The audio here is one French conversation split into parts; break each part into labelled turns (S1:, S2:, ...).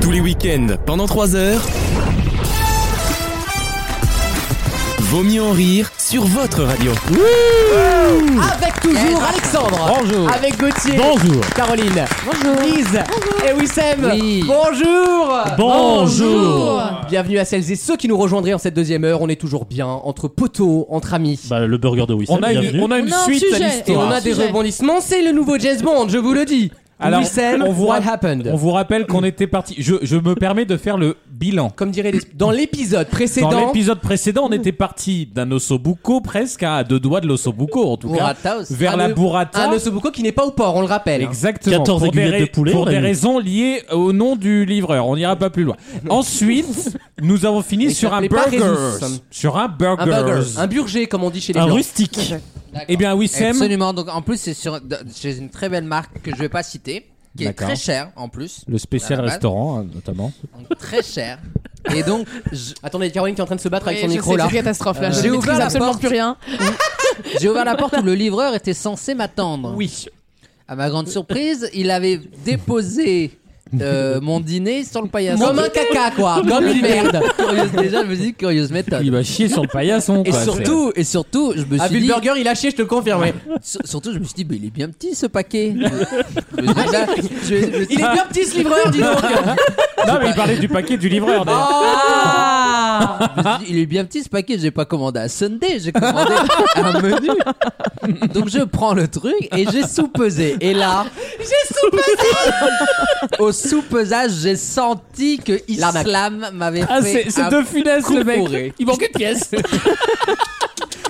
S1: Tous les week-ends, pendant 3 heures. Vaut mieux en rire sur votre radio.
S2: Avec
S3: Eh,
S2: toujours Alexandre.
S4: Bonjour.
S2: Avec Gauthier.
S4: Bonjour.
S2: Caroline. Bonjour. Lise. Et Wissem.
S4: Oui.
S2: Bonjour.
S4: Bonjour.
S2: Bienvenue à celles et ceux qui nous rejoindraient en cette deuxième heure. On est toujours bien entre poteaux, entre amis.
S4: Bah, le burger de Wissam,
S3: On a, une,
S4: bienvenue.
S3: on a une
S5: On a un
S3: suite à
S5: sujet.
S2: et
S3: l'histoire.
S2: on a des
S5: Sujet.
S2: rebondissements. C'est le nouveau James Bond, je vous le dis.
S3: Ah, Alors,
S2: Wissem,
S3: on vous
S2: what
S3: rapp-
S2: happened
S3: On vous rappelle qu'on était parti. Je, je me permets de faire le bilan.
S2: Comme dirait les- dans l'épisode précédent.
S3: Dans l'épisode précédent, on était parti d'un ossobuco presque à deux doigts de l'ossobuco en tout cas.
S2: Burrata aussi. Ah,
S3: Vers
S2: Un
S3: la
S2: os-
S3: burrata.
S2: Un ossobuco qui n'est pas au port, on le rappelle.
S3: Exactement.
S4: 14
S3: pour des,
S4: aiguillettes de poulet,
S3: pour
S4: on a
S3: des
S4: eu.
S3: raisons liées au nom du livreur. On n'ira pas plus loin. Ensuite, nous avons fini
S2: Il
S3: sur un
S2: s'appelait pas
S3: burger.
S2: Résus.
S3: Sur un burger.
S2: Un burger, un burger comme on dit chez les
S4: Un
S2: Blancs.
S4: rustique.
S3: Eh bien, Wissem,
S6: Absolument. Donc en plus, c'est sur de- chez une très belle marque que je vais pas citer, qui est
S3: D'accord.
S6: très chère en plus,
S3: le spécial
S6: À la base.
S3: restaurant hein, notamment.
S6: donc très chère. Et donc, je-
S2: Attendez, Caroline qui est en train de se battre avec
S5: Oui,
S2: son
S5: je
S2: micro
S5: sais,
S2: là.
S5: C'est une catastrophe là.
S6: Euh,
S5: je
S6: j'ai
S5: ne
S6: ouvert
S5: maîtrise
S6: la
S5: absolument
S6: porte.
S5: plus rien.
S6: j'ai ouvert la porte où le livreur était censé m'attendre.
S2: Oui.
S6: À ma grande surprise, il avait déposé euh, mon dîner sur le paillasson.
S2: Comme un caca quoi, comme une merde.
S6: Curieuse- déjà, je me dis curieuse méthode.
S3: Il va chier sur le paillasson.
S6: Et
S3: quoi,
S6: surtout, et surtout, je me
S2: À
S6: suis dit,
S2: Burger, il a chié, je te le confirme. ouais.
S6: sur- surtout, je me suis dit, bah, il est bien petit ce paquet. Je- déjà, bah, je- je-
S2: Il est bien petit ce livreur, dis donc.
S3: c'est- Non, mais il parlait du paquet du livreur. d'ailleurs.
S2: Ah
S6: Je me suis dit, il est bien petit ce paquet, j'ai pas commandé à Sunday, j'ai commandé un menu. Donc je prends le truc et j'ai sous-pesé. Et là, j'ai sous-pesé Au sous-pesage, j'ai senti que
S2: L'arnaque.
S6: Islam m'avait
S3: Ah,
S6: fait.
S3: c'est c'est
S6: un-
S3: de funeste
S6: coup
S3: le mec.
S6: fourré.
S3: Il manque une pièce.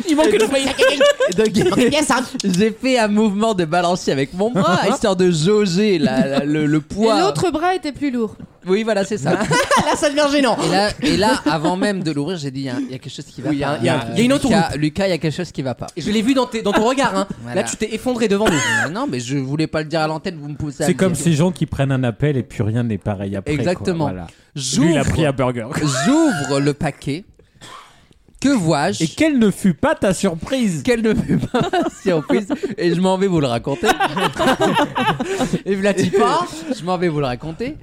S3: Il manque une pièce.
S6: Donc, hein. j'ai fait un mouvement de balancier avec mon bras,
S2: Uh-huh.
S6: histoire de jauger la- la- le, le
S5: Et
S6: poids.
S5: l'autre bras était plus lourd.
S6: Oui, voilà, c'est ça.
S2: Là, ça devient gênant.
S6: Et là, et là, avant même de l'ouvrir, j'ai dit il y, a- il y a quelque chose qui va
S2: Oui, il y a-
S6: pas. Euh,
S2: il y a- il y a une
S6: Lucas-
S2: autoroute.
S6: Lucas, il y a quelque chose qui va pas.
S2: Je l'ai vu dans, tes- dans ton regard. Hein.
S6: Voilà.
S2: Là, tu t'es effondré devant nous.
S6: Ah Non, mais je voulais pas le dire à l'antenne, vous me poussez à
S3: C'est
S6: le
S3: comme
S6: dire.
S3: ces gens qui prennent un appel et puis rien n'est pareil après. quoi,
S6: Exactement.
S3: voilà. Lui, il a pris
S6: J'ouvre,
S3: un burger.
S6: j'ouvre le paquet. Que vois-je
S3: Et quelle ne fut pas ta surprise
S6: Qu'elle ne fait pas surprise. Et je m'en vais vous le raconter.
S2: Et là, tu pars.
S6: Je m'en vais vous le raconter.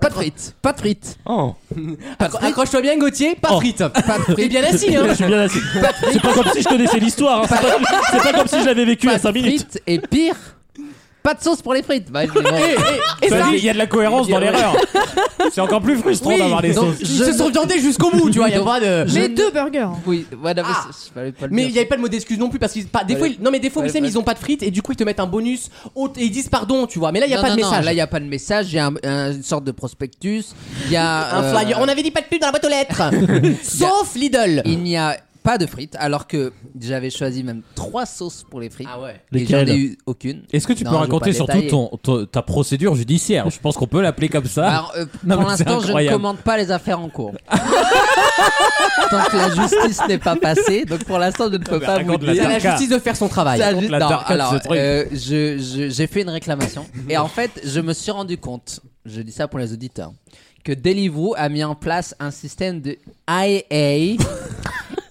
S6: Pas de frites. Pas de frites. Pas de frites.
S2: Accroche-toi bien, Gauthier. Pas de
S3: Oh.
S2: frites.
S6: Pas de
S2: T'es
S6: frites.
S2: bien assis. Hein.
S4: Je suis bien assis. C'est pas comme si je connaissais l'histoire. hein. C'est pas, comme- c'est pas comme si je l'avais vécu
S6: Pas
S4: à
S6: de
S4: 5 minutes.
S6: frites. Et pire, pas de sauce pour les frites. Bah, je dis, bon.
S3: Il y a de la cohérence dans l'erreur. C'est encore plus frustrant
S2: Oui,
S3: d'avoir des
S6: donc-
S3: sauces.
S2: Ils
S6: Je
S2: se
S6: ne-
S2: sont viandés jusqu'au bout, tu vois. Y a
S6: Donc,
S2: pas de...
S6: Je
S5: Mais
S6: ne-
S5: deux burgers.
S6: Oui, voilà, mais
S2: Ah.
S6: c'est- je fallait pas le
S2: Mais il
S6: dire.
S2: n'y avait pas de mot d'excuse non plus parce que pas, des fois, ils- non mais des fois,
S6: Ouais,
S2: Wissem,
S6: ouais.
S2: ils ont pas de frites et du coup, ils te mettent un bonus au- et ils disent pardon, tu vois. Mais là, il y a
S6: Non,
S2: pas de
S6: non, non,
S2: message.
S6: Là, il n'y a pas de message. Il y a un- un- une sorte de prospectus. Il y a
S2: un
S6: euh,
S2: flyer. On avait dit pas de pub dans la boîte aux lettres. Sauf Lidl.
S6: Il n'y a pas de frites, alors que j'avais choisi même trois sauces pour les frites.
S2: Ah ouais.
S6: Et j'en ai
S4: Lesquelles
S6: eu aucune.
S3: Est-ce que tu
S6: Non,
S3: peux
S6: je veux
S3: raconter
S6: pas
S3: surtout
S6: détailler.
S3: ton- ton- ta procédure judiciaire Je pense qu'on peut l'appeler comme ça.
S6: Alors, euh,
S3: Non,
S6: pour
S3: mais c'est
S6: l'instant, je ne
S3: incroyable.
S6: commande pas les affaires en cours. Tant que la justice n'est pas passée, donc pour l'instant, je ne peux
S3: mais
S6: pas vous
S3: raconte la
S2: C'est à
S6: dire.
S2: la
S3: Tarka.
S2: justice de faire son travail.
S6: Ça,
S3: raconte
S6: ju-
S3: la
S6: non,
S3: tarkade,
S6: alors,
S3: ce truc.
S6: euh, je- je- j'ai fait une réclamation et en fait, je me suis rendu compte, je dis ça pour les auditeurs, que Deliveroo a mis en place un système de IA,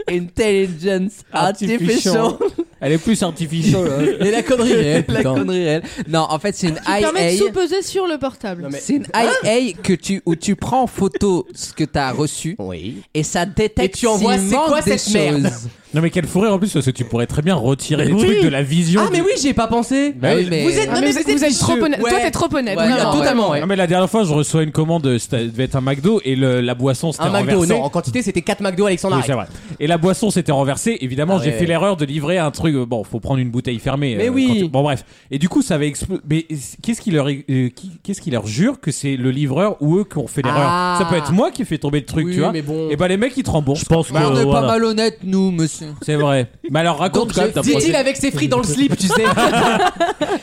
S6: Intelligence Artificial,
S3: Elle est plus artificielle.
S2: Et la connerie. eh,
S6: la
S2: putain.
S6: connerie réelle. Non, en fait, c'est une
S5: Qui permet
S6: IA.
S5: de sous-peser sur le portable.
S2: mais-
S6: C'est une IA que tu, où tu prends en photo ce que tu as reçu
S2: Oui.
S6: et ça détecte
S2: Et tu envoies,
S6: s'il
S2: c'est
S6: manque
S2: quoi
S6: des
S2: cette merde
S6: choses.
S3: Non mais quelle fourrure en plus parce que tu pourrais très bien retirer les
S4: Oui.
S3: trucs de la vision.
S2: Ah mais oui, j'y ai pas pensé.
S6: Bah oui, mais- Ah,
S2: Vous êtes,
S5: Ah,
S2: non,
S5: mais
S2: mais
S5: vous, êtes- vous êtes trop honnête.
S2: Ouais.
S5: Toi, t'es trop honnête.
S6: Ouais,
S2: Oui,
S5: vraiment.
S6: non,
S2: totalement. ouais.
S3: Non mais la dernière fois je reçois une commande, euh, c'était- devait être un McDo et le- la boisson c'était
S2: Un McDo,
S3: renversée.
S2: non, en quantité c'était 4 McDo Alexandre.
S3: Oui, c'est vrai. Et la boisson s'était renversée. Évidemment,
S2: Ah,
S3: j'ai
S2: ouais,
S3: fait
S2: ouais.
S3: l'erreur de livrer un truc. euh, Bon, faut prendre une bouteille fermée. euh,
S2: Mais oui.
S3: quand tu- Bon, bref. Et du coup, ça avait explosé. Mais euh, qu'est-ce qui leur, euh, qui- qu'est-ce qui leur jure que c'est le livreur ou eux qui ont fait l'erreur
S2: Ah.
S3: Ça peut être moi qui ai fait tomber le truc,
S2: Oui,
S3: tu vois.
S2: mais bon. Bah,
S3: Et bah les mecs ils te
S4: Je
S3: remboursent.
S4: pense que.
S6: Mais on est pas
S4: Euh, voilà.
S6: malhonnête, nous, monsieur.
S3: C'est vrai. Mais alors raconte
S6: Donc,
S3: quand même
S6: j'ai
S3: ta
S6: dit-
S2: Dit-il avec ses frites dans le slip, tu sais.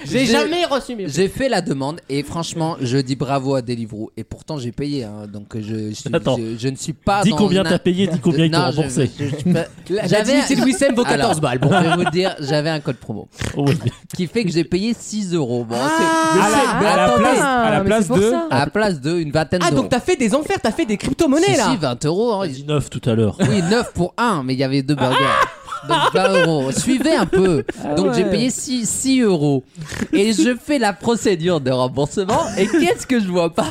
S2: J'ai
S6: J'ai-
S2: jamais reçu mes
S6: J'ai fait la demande et franchement, je dis bravo à Deliveroo et pourtant j'ai payé. hein, donc je, je,
S4: Attends.
S6: je, je ne suis pas.
S4: Dis
S6: dans
S4: combien
S6: un-
S4: t'as payé, dis combien ils t'ont
S6: Non, je-
S4: remboursé.
S6: je- je suis pas-
S2: La, la
S6: J'avais-
S2: dignité de Wissem vaut 14
S6: Alors,
S2: balles.
S6: Bon, je vais vous dire, j'avais un code promo
S4: Oh, oui.
S6: qui fait que j'ai payé 6 euros. Bon, c'est-
S3: À la,
S6: mais
S3: à la
S6: attendez,
S3: place,
S5: Ah,
S3: à la
S5: mais
S3: place
S5: c'est pour
S3: de.
S5: ça.
S6: à la place de une vingtaine
S2: Ah
S6: d'euros.
S2: donc t'as fait des enfers, t'as fait des crypto-monnaies
S6: Si,
S2: là.
S6: si, 20 euros. hein.
S4: Vas-y, neuf tout à l'heure.
S6: Oui, 9 pour 1, mais il y avait deux burgers. Donc 20 euros. Suivez un peu.
S5: Ah
S6: Donc j'ai payé 6, 6 euros. Et je fais la procédure de remboursement. Et qu'est-ce que je vois pas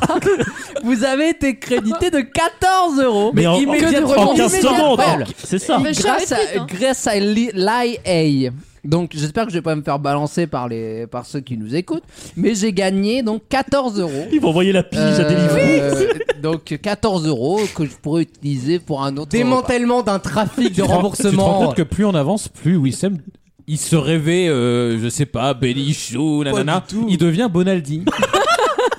S6: Vous avez été crédité de 14 euros.
S4: Mais en- en-
S6: immédiatement.
S4: en 15
S5: immédiat.
S4: secondes,
S6: Ouais.
S4: donc, c'est ça.
S5: Mais je
S6: grâce
S5: savais plus,
S6: à,
S5: hein.
S6: grâce à li- l'IA. Donc j'espère que je vais pas me faire balancer par, les, par ceux qui nous écoutent. Mais j'ai gagné donc 14 euros.
S4: Ils vont envoyer la pige à délivrer.
S6: Euh, donc 14 euros que je pourrais utiliser pour un autre. repas.
S2: Démantèlement d'un trafic de
S3: Tu te rends- Tu te rends
S2: remboursement.
S3: compte que plus on avance, plus Wissem. Il se rêvait, euh, je sais pas, Bélichou, nanana. Il devient Bonaldi.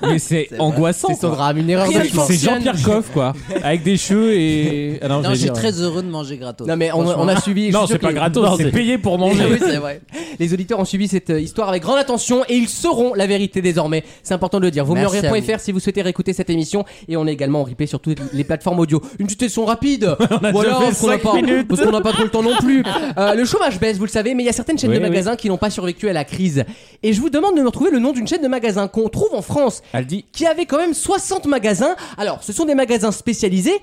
S3: Mais c'est angoissant.
S2: C'est son
S3: quoi.
S2: drame, une erreur
S3: C'est-
S2: de jugement.
S3: C'est Jean-Pierre Coff, quoi. Avec des cheveux et. Ah non,
S6: Non,
S3: j'allais
S6: je suis
S3: dire-
S6: très heureux de manger gratos.
S2: Non mais on, on a suivi.
S3: Non,
S2: je suis
S3: c'est
S2: sûr
S3: pas
S2: que-
S3: gratos,
S4: Non,
S3: c'est
S4: c'est-
S3: payé pour
S6: Oui,
S3: manger.
S6: c'est vrai.
S2: Les auditeurs ont suivi cette euh, histoire avec grande attention et ils sauront la vérité désormais. C'est important de le dire. Vaut mieux
S6: Merci à
S2: rire.fr si vous souhaitez réécouter cette émission et on est également en replay sur toutes les plateformes audio. Une situation rapide. voilà,
S3: déjà fait
S2: parce qu'on n'a
S3: cinq
S2: pas,
S3: minutes.
S2: parce qu'on n'a pas trop le temps non plus. Euh, le chômage baisse, vous le savez, mais il y a certaines chaînes
S3: Oui,
S2: de
S3: oui.
S2: magasins qui n'ont pas survécu à la crise. Et je vous demande de me retrouver le nom d'une chaîne de magasins qu'on trouve en France
S3: Aldi.
S2: qui avait quand même 60 magasins. Alors, ce sont des magasins spécialisés.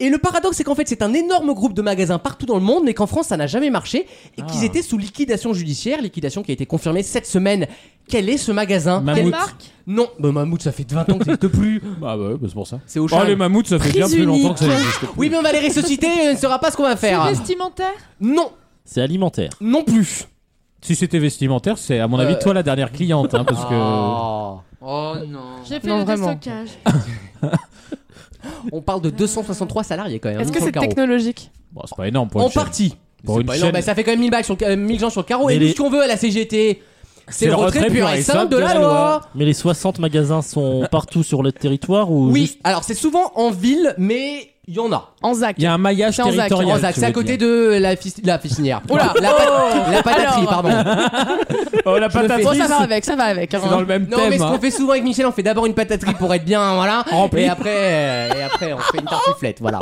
S2: Et le paradoxe, c'est qu'en fait, c'est un énorme groupe de magasins partout dans le monde, mais qu'en France, ça n'a jamais marché et qu'ils étaient sous liquidation judiciaire, liquidation qui a été confirmée cette semaine. Quel est ce magasin
S5: Quelle
S3: Mammouth.
S5: marque
S2: Non, bah, Mammouth, ça fait 20 ans que ça existe plus.
S3: Ah bah ouais, bah c'est pour ça.
S2: C'est au
S3: Oh,
S2: charme.
S3: les mammouths, ça fait
S5: Prise
S3: bien plus longtemps que ça
S5: unique.
S3: existe.
S2: Oui, mais on va les ressusciter, et on ne saura pas ce qu'on va
S5: C'est
S2: faire.
S5: vestimentaire
S2: Non,
S4: C'est alimentaire.
S2: non plus.
S3: Si c'était vestimentaire, c'est à mon avis
S6: Euh.
S3: toi la dernière cliente, hein, parce
S2: ah.
S3: que.
S6: Oh non.
S5: J'ai fait
S2: Non,
S5: le
S2: vraiment.
S5: déstockage.
S2: On parle de 263 salariés quand même. hein,
S5: Est-ce que
S2: 100
S5: c'est
S2: carreaux.
S5: technologique
S3: Bon, c'est pas énorme pour
S2: En
S3: une chaîne.
S2: partie.
S3: Pour
S2: C'est
S3: une
S2: pas énorme,
S3: chaîne.
S2: bah, ça fait quand même 1000 balles sur le ca- euh, 1000 gens sur le carreau.
S4: Mais
S2: Et nous,
S4: les-
S2: ce qu'on veut à la CGT, c'est le retrait pur et simple de la loi.
S4: Mais les 60 magasins sont partout sur le territoire ou
S2: Oui,
S4: juste-
S2: alors c'est souvent en ville, mais il y en a.
S5: En ZAC.
S3: Il y a un maillage
S5: C'est en Zac,
S3: territorial.
S2: Rosac,
S3: tu
S2: c'est à
S3: veux
S2: côté
S3: dire.
S2: de la, fis- la piscinière.
S5: Oh là
S2: la, pat- la pataterie,
S5: Alors.
S2: pardon.
S3: Oh la
S2: me
S3: patatrice.
S5: Bon, ça va avec, ça va avec. hein.
S3: C'est dans le même
S2: Non, mais
S3: thème.
S2: ce
S3: hein.
S2: qu'on fait souvent avec Michel, on fait d'abord une pataterie pour être bien, voilà.
S3: Rempli.
S2: Et après, euh, et après, on fait une tartiflette, voilà.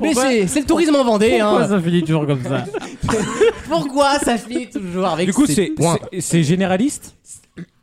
S2: Mais
S3: Pourquoi-
S2: c'est c'est le tourisme en Vendée,
S4: Pourquoi
S2: hein.
S4: ça finit toujours comme ça
S2: Pourquoi ça finit toujours avec
S3: Du coup,
S2: ces
S3: c'est
S2: points
S3: c'est- c'est généraliste.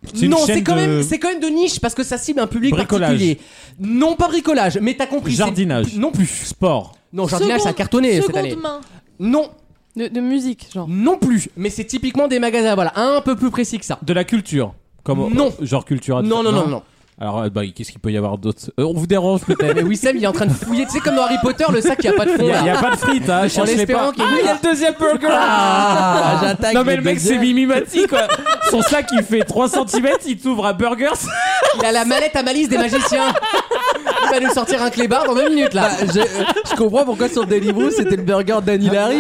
S3: c'est une
S2: Non,
S3: chaîne
S2: c'est quand,
S3: de-
S2: même c'est quand même de niche parce que ça cible un public
S3: Bricolage.
S2: particulier. Non, pas bricolage, mais t'as compris. c'est-
S3: Jardinage.
S2: Non plus.
S3: Sport.
S2: Non, jardinage, ça a
S5: Seconde-
S2: cartonné cette
S5: seconde
S2: année.
S5: main
S2: Non,
S5: de, de musique, genre.
S2: non plus. Mais c'est typiquement des magasins, voilà, un peu plus précis que ça.
S3: De la culture. Comme euh,
S2: Non.
S3: Genre culture.
S2: Non, non, non, non.
S3: Alors, euh, bah, qu'est-ce qu'il peut y avoir d'autre Euh, On vous dérange peut-être.
S2: Mais Wissem, il est en train de fouiller, tu sais, comme dans Harry Potter, le sac qui a pas de fond
S3: Il y a, il y
S2: là.
S3: a pas de frites, hein.
S2: En
S3: Cherchez
S2: espérant qu'il
S3: pas.
S2: y ait le deuxième
S6: Ah, j'attaque.
S3: Non, mais le mec,
S6: deuxième.
S3: c'est Mimimati, quoi. Son sac, il fait 3 cm, il t'ouvre à Burgers.
S2: Il a la mallette à malice des magiciens. Il va nous sortir un clébard dans deux minutes là.
S6: Bah, je, euh, je comprends pourquoi sur Deliveroo c'était le burger d'Annie Larry.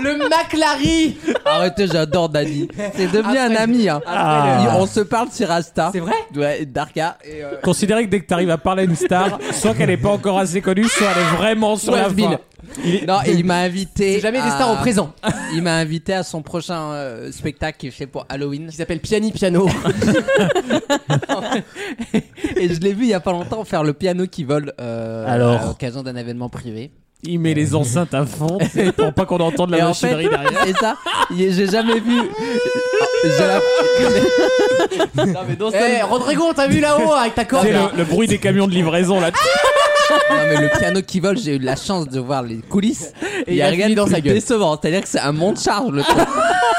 S2: Le McLary.
S6: Arrêtez, j'adore Dani. C'est devenu
S2: Après
S6: un
S2: le-
S6: ami. Hein.
S2: après
S6: On se parle sur Asta.
S2: C'est vrai
S6: Ouais, Darka. Et, euh,
S3: Considérez que dès que t'arrives à parler à une star, soit qu'elle est pas encore assez connue, soit elle est vraiment sur la
S2: Westbill.
S3: fin. Il est-
S6: Non, et il m'a invité.
S2: C'est jamais des
S6: à-
S2: stars au présent.
S6: Il m'a invité à son prochain euh, spectacle qu'il fait pour Halloween.
S2: Qui s'appelle Piani Piano.
S6: Et je l'ai vu il y a pas longtemps faire le piano qui vole euh,
S4: Alors
S6: à l'occasion d'un événement privé.
S3: Il met les enceintes à fond pour pas qu'on entende la
S6: et en fait,
S3: machinerie derrière.
S6: et ça, y- j'ai jamais vu. J'ai la-
S2: Eh, Rodrigo, t'as vu là-haut avec ta corde
S3: C'est
S2: là
S3: le, le bruit des camions de livraison là.
S6: Non mais le piano qui vole, j'ai eu la chance de voir les coulisses. Et il y
S2: il
S6: a
S2: a
S6: rien
S2: fini dans
S6: de
S2: sa
S6: plus
S2: gueule.
S6: décevant. C'est-à-dire que c'est un monde charge le truc.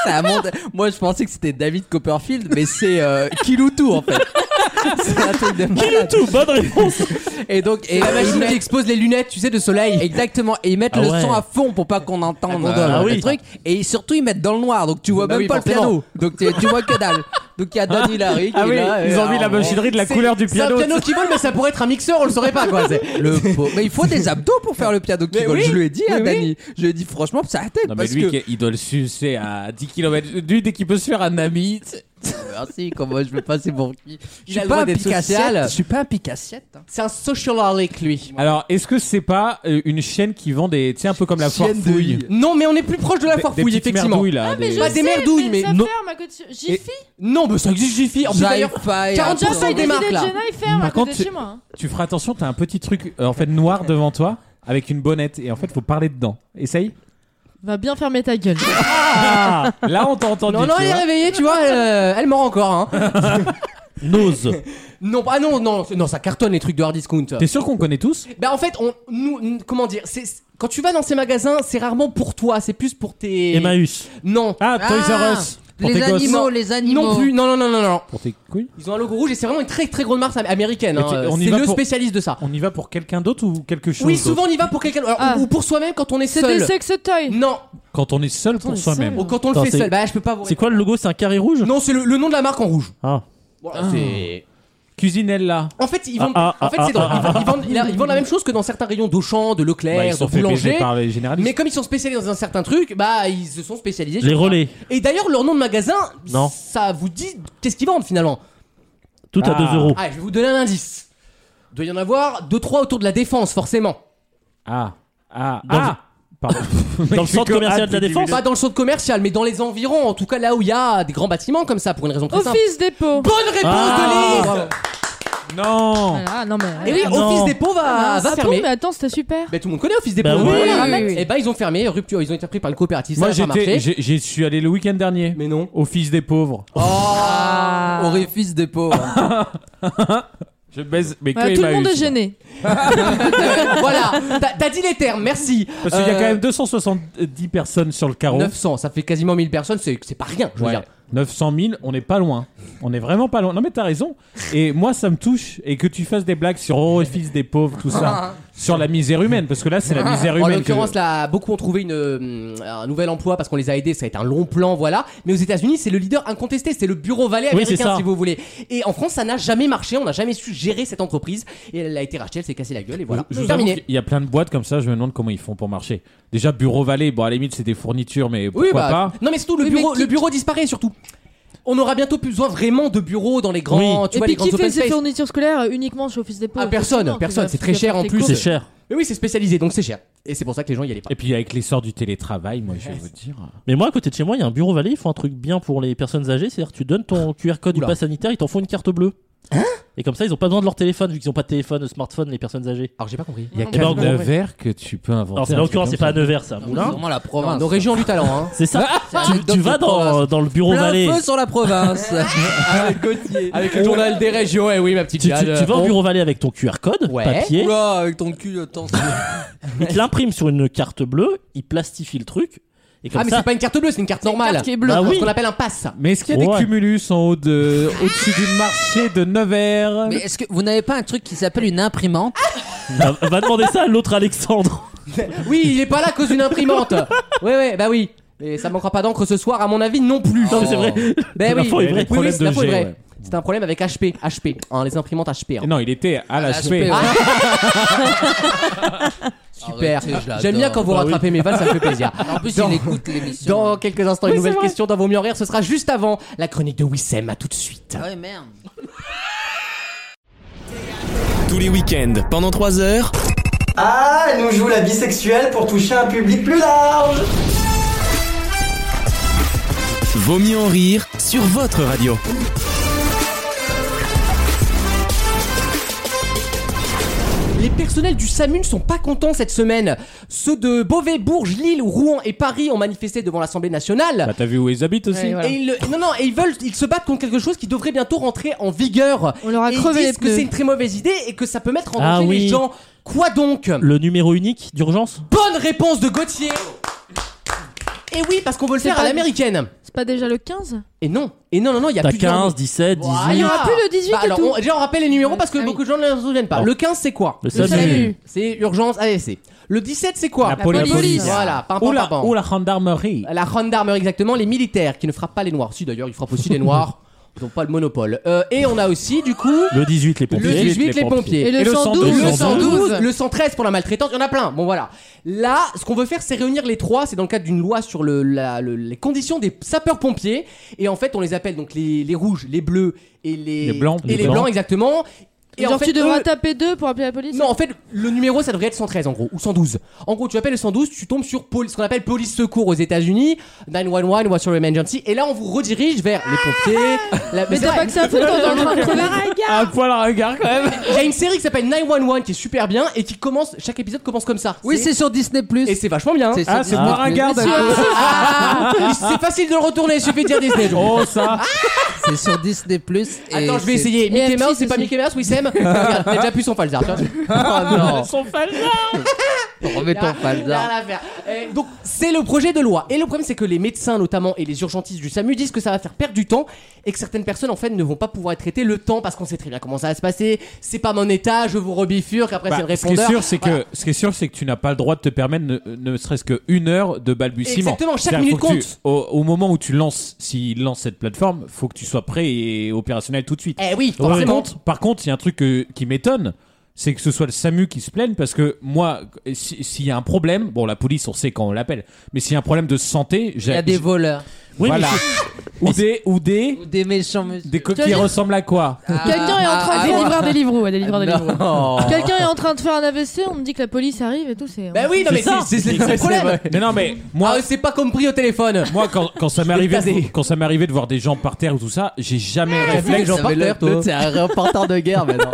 S6: c'est un monde. Moi je pensais que c'était David Copperfield, mais c'est euh, Kiloutou en fait. c'est un truc de malade.
S4: Tout, bonne réponse
S6: Et donc et
S2: La
S6: ils
S2: machine
S6: mettent-
S2: qui expose les lunettes, tu sais, de soleil.
S6: Exactement, et ils mettent
S4: Ah
S6: le
S4: ouais.
S6: son à fond pour pas qu'on entende
S2: La gondole,
S6: euh,
S4: ah
S6: le
S4: oui.
S6: truc, et surtout ils mettent dans le noir, donc tu vois
S2: Bah
S6: même
S2: oui,
S6: pas le piano, donc tu, tu vois que dalle. Donc il y a Danny Larry qui
S3: Ah
S6: est
S3: oui,
S6: là,
S3: ils
S6: euh,
S3: ont mis la
S6: alors,
S3: machinerie de la
S2: C'est-
S3: couleur du
S2: C'est un
S3: piano.
S2: piano qui vole, mais ça pourrait être un mixeur, on le saurait pas quoi. c'est-
S6: Le pauvre. Mais il faut des abdos pour faire le piano qui
S2: Mais
S6: vole.
S2: oui,
S6: Je lui ai dit à
S2: mais oui.
S6: Dani. Je lui ai dit franchement, ça tête.
S3: Non mais
S6: parce
S3: lui,
S6: que...
S3: qui- il doit le sucer à 10 km du dès qu'il peut se faire un ami.
S6: Merci, Ah, comment je veux passer pour qui Je
S2: Il a le
S6: suis pas
S2: droit
S6: un
S2: d'être social.
S6: picassiette. Je suis pas un picassiette.
S2: C'est un socialolic lui.
S3: Alors, est-ce que c'est pas euh, une chaîne qui vend des, tu sais, un peu comme la foire
S6: Chienne de
S3: fouille,
S6: vie.
S2: Non, mais on est plus proche de la foire
S3: des
S2: fouille,
S3: petites
S2: effectivement.
S3: merdouilles, là.
S5: Ah, mais
S3: des-
S5: je
S2: Pas des
S5: sais,
S2: merdouilles, mais
S5: ça
S2: non.
S5: ferme à côté de- Jiffy
S2: Non, mais ça existe, j'y fie. En plus, d'ailleurs, 40%
S5: J'essaye
S2: des
S5: de
S2: marques, là.
S5: Jenna, il ferme
S3: Par
S5: à côté
S3: contre,
S5: de chez moi.
S3: Tu feras attention, t'as un petit truc euh, en fait noir devant toi avec une bonnette et en fait faut parler dedans. Essaye.
S5: Va bien fermer ta gueule.
S3: Ah, Là on t'a entendu.
S2: Non, non,
S3: tu
S2: elle est
S3: vois.
S2: réveillée, tu vois, elle, euh, elle mord encore. Hein.
S4: Nose.
S2: Non, ah non, non, non, ça cartonne les trucs de hard discount.
S3: T'es sûr qu'on connaît tous
S2: Bah en fait, on, nous, n- comment dire, c'est quand tu vas dans ces magasins, c'est rarement pour toi, c'est plus pour tes.
S4: Emmaüs.
S2: Non, Ah,
S4: Ah, Toys R Us. Pour
S6: les
S4: tes gosses.
S6: animaux, les animaux.
S2: non plus, non, non, non, non, non.
S3: Pour tes couilles
S2: Ils ont un logo rouge et c'est vraiment une très très grosse marque américaine.
S3: Mais
S2: hein.
S3: tu- on y
S2: C'est
S3: va
S2: le
S3: pour-
S2: spécialiste de ça.
S4: Ah,
S3: On y va pour quelqu'un d'autre ou quelque chose
S2: Oui,
S3: d'autre
S2: souvent on y va pour quelqu'un alors,
S5: Ah.
S2: ou pour soi-même quand on est
S5: C'est des
S2: seul.
S5: sex toys.
S2: Non,
S3: Quand on est seul
S5: on
S3: pour
S5: est
S3: soi-même.
S5: seul.
S2: ou quand on
S4: Attends,
S2: le fait
S4: c'est-
S2: seul. Bah je peux pas vous.
S4: C'est quoi le logo C'est un carré rouge
S2: Non, c'est le, le nom de la marque en rouge.
S4: Ah.
S2: Voilà, c'est-
S3: Cuisinella.
S2: En fait, ils vendent.
S4: Ah, ah,
S2: en fait,
S4: ah,
S2: c'est drôle.
S4: ah,
S2: Ils vendent- ils, vendent, ils la- ils vendent la même chose que dans certains rayons d'Auchan, de Leclerc,
S3: Bah, ils sont
S2: de
S3: fait baiser
S2: Boulanger.
S3: par les généralistes.
S2: Mais comme ils sont spécialisés dans un certain truc, bah ils se sont spécialisés.
S4: Les
S2: sur ça.
S4: relais.
S2: Et d'ailleurs, leur nom de magasin,
S4: Non.
S2: ça vous dit qu'est-ce qu'ils vendent finalement
S4: Tout à
S3: Ah.
S4: 2 euros.
S2: Ah, je vais vous donner un indice. Il doit y en avoir 2-3 autour de la défense, forcément.
S3: Ah. Ah.
S4: Dans-
S3: ah. Pardon.
S4: Dans le centre commercial de la défense
S2: Pas dans le centre commercial, mais dans les environs, en tout cas là où il y a des grands bâtiments comme ça, pour une raison très simple.
S5: Office dépôt.
S2: Bonne réponse
S4: Ah.
S2: de Lise
S3: Non.
S5: Ah non mais.
S2: Et oui,
S4: Ah, non.
S2: Office Dépôt va,
S5: Ah,
S2: va
S5: c'est con,
S2: fermer.
S5: mais attends, c'était super.
S2: Bah, tout le monde connaît Office Dépôt.
S4: Bah oui,
S5: oui, oui, oui.
S2: Et bah ils ont fermé, rupture, ils ont été repris par le coopérative,
S3: Moi
S2: ça n'a pas marché.
S3: j'étais, j'ai- j'y suis allé le week-end dernier.
S2: Mais non.
S3: Office des pauvres.
S2: Oh.
S6: Ah, Orifice des pauvres.
S3: Je baise. Mais
S5: Voilà,
S3: que
S5: Bah, tout le monde
S3: Emmaüs,
S5: est gêné.
S2: voilà, t'as- t'as dit les termes, merci.
S3: moi. Parce qu'il y a
S2: Euh,
S3: quand même 270 personnes sur le carreau.
S2: 900, ça fait quasiment 1000 personnes, c'est c'est pas rien, je veux
S3: Ouais.
S2: dire.
S3: 900 000, on n'est pas loin. On est vraiment pas loin. Non mais t'as raison. Et moi ça me touche. Et que tu fasses des blagues sur oh, fils des pauvres, tout ça, sur la misère humaine. Parce que là c'est la misère
S2: En
S3: humaine. que-
S2: l'occurrence, Oh, là, beaucoup ont trouvé une, euh, un nouvel emploi parce qu'on les a aidés. Ça a été un long plan, voilà. Mais aux États-Unis, c'est le leader incontesté. C'est le bureau valet
S4: Oui, c'est
S2: américain,
S4: ça.
S2: si vous voulez. Et en France, ça n'a jamais marché. On n'a jamais su gérer cette entreprise. Et elle a été rachetée, elle s'est cassée la gueule. Et voilà.
S3: Je vous avoue
S2: Terminé.
S3: qu'il y a plein de boîtes comme ça, je me demande comment ils font pour marcher. Déjà, Bureau Vallée, bon, à la limite, c'est des fournitures, mais pourquoi
S2: Oui, bah.
S3: pas
S2: Non, mais surtout, le
S5: Oui, mais
S2: bureau,
S5: qui-
S2: le bureau disparaît surtout. On aura bientôt plus besoin vraiment de bureaux dans les grands, tu
S5: Et
S2: vois, les
S5: puis qui
S2: grandes
S5: fait
S2: open
S5: ses
S2: space.
S5: fournitures scolaires euh, uniquement chez Office dépôt
S2: Ah, personne,
S5: effectivement,
S2: personne,
S5: tu
S2: c'est
S5: vas-
S2: très
S5: tu vas
S2: cher en
S5: tes
S2: plus.
S5: courses.
S4: C'est cher.
S2: Mais oui, c'est spécialisé, donc c'est cher. Et c'est pour ça que les gens y allaient pas.
S3: Et puis, avec l'essor du télétravail, moi, je vais vous dire.
S4: Mais moi, à côté de chez moi, il y a un bureau valet. Ils font un truc bien pour les personnes âgées. C'est-à-dire, tu donnes ton QR code
S2: Oula.
S4: du pass sanitaire, ils t'en font une carte bleue. Et comme ça, ils ont pas besoin de leur téléphone, vu qu'ils ont pas de téléphone, de smartphone, les personnes âgées.
S2: Alors, j'ai pas compris.
S3: Il y a
S5: Eh
S3: qu'à
S4: ben, en gros,
S3: Nevers que tu peux inventer.
S4: Alors, c'est
S3: un
S4: là, en
S3: truc
S4: l'occurrence,
S3: comme
S4: c'est
S3: ça.
S4: pas à Nevers, ça.
S6: C'est
S4: Moulin.
S6: Ah vraiment la
S2: Non,
S6: province.
S2: Nos régions ont du talent, hein.
S4: C'est ça.
S6: Ah,
S4: tu, tu vas dans, dans le bureau
S6: Plein
S4: valet.
S6: feu sur la province.
S2: Avec Gauthier. Avec le journal des régions, et oui, ma petite Ah,
S4: Tu, tu-
S2: Jade.
S4: tu vas au bureau valet avec ton QR code
S2: Ouais.
S4: papier,
S6: Oula, avec ton cul, attends.
S4: ils te l'impriment sur une carte bleue, ils plastifient le truc et comme
S2: Ah, mais
S4: ça
S2: c'est pas une carte bleue, c'est une carte normale.
S5: carte qui est bleue.
S4: Bah
S2: Ce
S4: oui.
S2: qu'on appelle un pass.
S3: Mais est-ce qu'il y a
S4: Ouais.
S3: des cumulus en haut de, au-dessus du marché de Nevers
S6: Mais est-ce que vous n'avez pas un truc qui s'appelle une imprimante
S2: Ah,
S4: va, va demander ça à l'autre Alexandre.
S2: Oui, il est pas là à cause d'une imprimante. Oui, oui, bah oui. Et ça manquera pas d'encre ce soir, à mon avis, non plus.
S4: Non, mais c'est vrai.
S2: Ben oui,
S4: L'info est
S2: oui,
S4: vraie.
S2: oui,
S3: Problème
S2: c'est- l'info
S3: de
S2: est
S3: G,
S2: vraie.
S3: ouais.
S2: C'était un problème avec HP, HP, hein, les imprimantes HP. hein.
S3: Non, il était à la
S6: HP,
S3: SP.
S6: ouais.
S2: Super.
S6: Ah. Arrêtez, je l'adore.
S2: J'aime bien quand vous
S4: Bah oui.
S2: rattrapez mes vannes, ça me fait plaisir.
S6: En plus,
S2: Dans-
S6: il écoute l'émission.
S2: Dans quelques instants, une nouvelle question dans Vaut mieux en rire, ce sera juste avant la chronique de Wissem, à tout de suite.
S6: Ah Ouais, merde.
S1: Tous les week-ends, pendant 3 heures,
S7: Ah, elle nous joue la bisexuelle pour toucher un public plus large
S1: Vaut mieux en rire sur votre radio.
S2: Les personnels du SAMU ne sont pas contents cette semaine. Ceux de Beauvais, Bourges, Lille, Rouen et Paris ont manifesté devant l'Assemblée nationale.
S3: Bah, t'as vu où ils habitent aussi
S5: Ouais, voilà.
S2: Et ils, non, non, et ils veulent, ils se battent contre quelque chose qui devrait bientôt rentrer en vigueur.
S5: On leur a
S2: et ils
S5: crevé
S2: disent
S5: les
S2: que
S5: pneus.
S2: c'est une très mauvaise idée et que ça peut mettre en
S4: Ah
S2: danger les
S4: oui.
S2: gens. Quoi donc
S4: Le numéro unique d'urgence
S2: Bonne réponse de Gauthier. Et oui, parce qu'on veut le
S5: C'est
S2: faire à
S5: pas-
S2: l'américaine.
S5: C'est pas déjà le 15
S2: Et non, et non, non, non, il y a
S4: T'as
S2: plus
S4: 15, 17, 18.
S2: Ah,
S5: Il y
S2: oui.
S5: aura plus le 18
S2: Bah,
S5: et
S2: alors,
S5: tout.
S2: on- déjà, on rappelle les numéros parce que
S5: Ah oui.
S2: beaucoup de gens ne se souviennent pas.
S4: Non.
S2: Le 15, c'est quoi
S4: Le
S5: Le
S4: SAMU.
S5: salut.
S2: C'est urgence ASC. Le 17, c'est quoi
S3: La
S5: poli- police. police.
S2: Voilà, pam, pam,
S3: Ou la,
S2: pam, pam.
S3: ou la gendarmerie.
S2: La gendarmerie, exactement, les militaires qui ne frappent pas les noirs. Si d'ailleurs, ils frappent aussi les noirs, ils n'ont pas le monopole. Euh, et on a aussi, du coup,
S4: Le 18, les pompiers.
S2: le 18, les pompiers.
S5: Et le
S3: Et le
S5: 112.
S2: Le
S3: 112.
S2: 112, le 113 pour la maltraitance, il y en a plein. Bon voilà. Là, ce qu'on veut faire, c'est réunir les trois. C'est dans le cadre d'une loi sur le, la- le- les conditions des sapeurs-pompiers. Et en fait, on les appelle donc les, les rouges, les bleus et les,
S3: Les blancs.
S2: Et les,
S3: Les
S2: blancs.
S3: blancs.
S2: exactement. Et
S5: Genre
S2: en fait,
S5: tu devras
S2: eux-
S5: taper deux pour appeler la police
S2: Non, en fait, le numéro, ça devrait être 113 en gros, ou 112. En gros, tu appelles le 112, tu tombes sur poli- ce qu'on appelle police secours aux États-Unis, 911, what's your emergency, et là, on vous redirige vers les pompiers. la-
S5: Mais
S2: c'est
S5: t'as
S2: vrai.
S5: pas que ça à foutre quand t'es en train de crever.
S3: Un poil à regard quand même.
S2: Il y a une série qui s'appelle 911 qui est super bien et qui commence, chaque épisode commence comme ça.
S6: Oui, c'est sur Disney Plus.
S2: Et c'est vachement bien. hein.
S6: C'est sur
S3: Ah, c'est
S6: Disney+.
S3: moi ringard
S2: C'est facile de le retourner, il suffit de dire Disney. je
S3: Oh, ça.
S6: C'est sur Disney Plus.
S2: Attends, je vais essayer. Mickey
S5: F6
S2: Mouse, c'est pas
S5: aussi.
S2: Mickey Mouse, Wissem Regarde, T'as déjà pu son falzar. tu vois.
S6: Oh non,
S3: Son fan.
S6: remettons pas le
S2: Là, l'affaire. Euh, donc, c'est le projet de loi. Et le problème, c'est que les médecins, notamment, et les urgentistes du SAMU disent que ça va faire perdre du temps et que certaines personnes, en fait, ne vont pas pouvoir être traitées le temps parce qu'on sait très bien comment ça va se passer. C'est pas mon état, je vous rebifure, qu'après c'est le
S3: Bah, ce qui est
S2: répondeur.
S3: sûr, c'est que
S2: Voilà.
S3: ce qui est sûr, c'est que tu n'as pas le droit de te permettre ne, ne serait-ce qu'une heure de balbutiement.
S2: Exactement, chaque
S3: C'est-à-dire,
S2: minute
S3: faut que tu-
S2: compte.
S3: au, au moment où tu lances, s'il lance cette plateforme, faut que tu sois prêt et opérationnel tout de suite.
S2: Eh oui,
S3: Donc, par
S2: forcément.
S3: contre, par contre, il y a un truc que- qui m'étonne, c'est que ce soit le SAMU qui se plaigne parce que moi, si- s'il y a un problème, bon, la police, on sait quand on l'appelle, mais s'il y a un problème de santé,
S6: Il y a des voleurs
S4: Oui,
S3: voilà.
S4: mais
S3: ou des ou des
S6: ou des méchants monsieur.
S2: Ah,
S3: des co-
S5: Tu as
S3: qui
S5: dit-
S3: ressemblent à quoi
S5: Quelqu'un est en train de
S6: Ah,
S5: des
S6: ah,
S5: livreurs des livres, ouais, des livreurs des livres.
S6: Non.
S5: Quelqu'un est en train de faire un AVC, on me dit que la police arrive et tout, c'est.
S2: Bah oui, non, mais c'est c'est le problème.
S3: Mais non, mais moi,
S2: Ah, c'est pas compris au téléphone.
S3: Moi, quand, quand ça m'est arrivé,
S2: taser.
S3: de- quand ça m'est arrivé de voir des gens par terre ou tout ça, j'ai jamais réfléchi.
S2: Flex, j'en
S6: Non, mais
S2: parle,
S6: l'autre,
S2: toi.
S6: l'autre, c'est un reporter de guerre maintenant.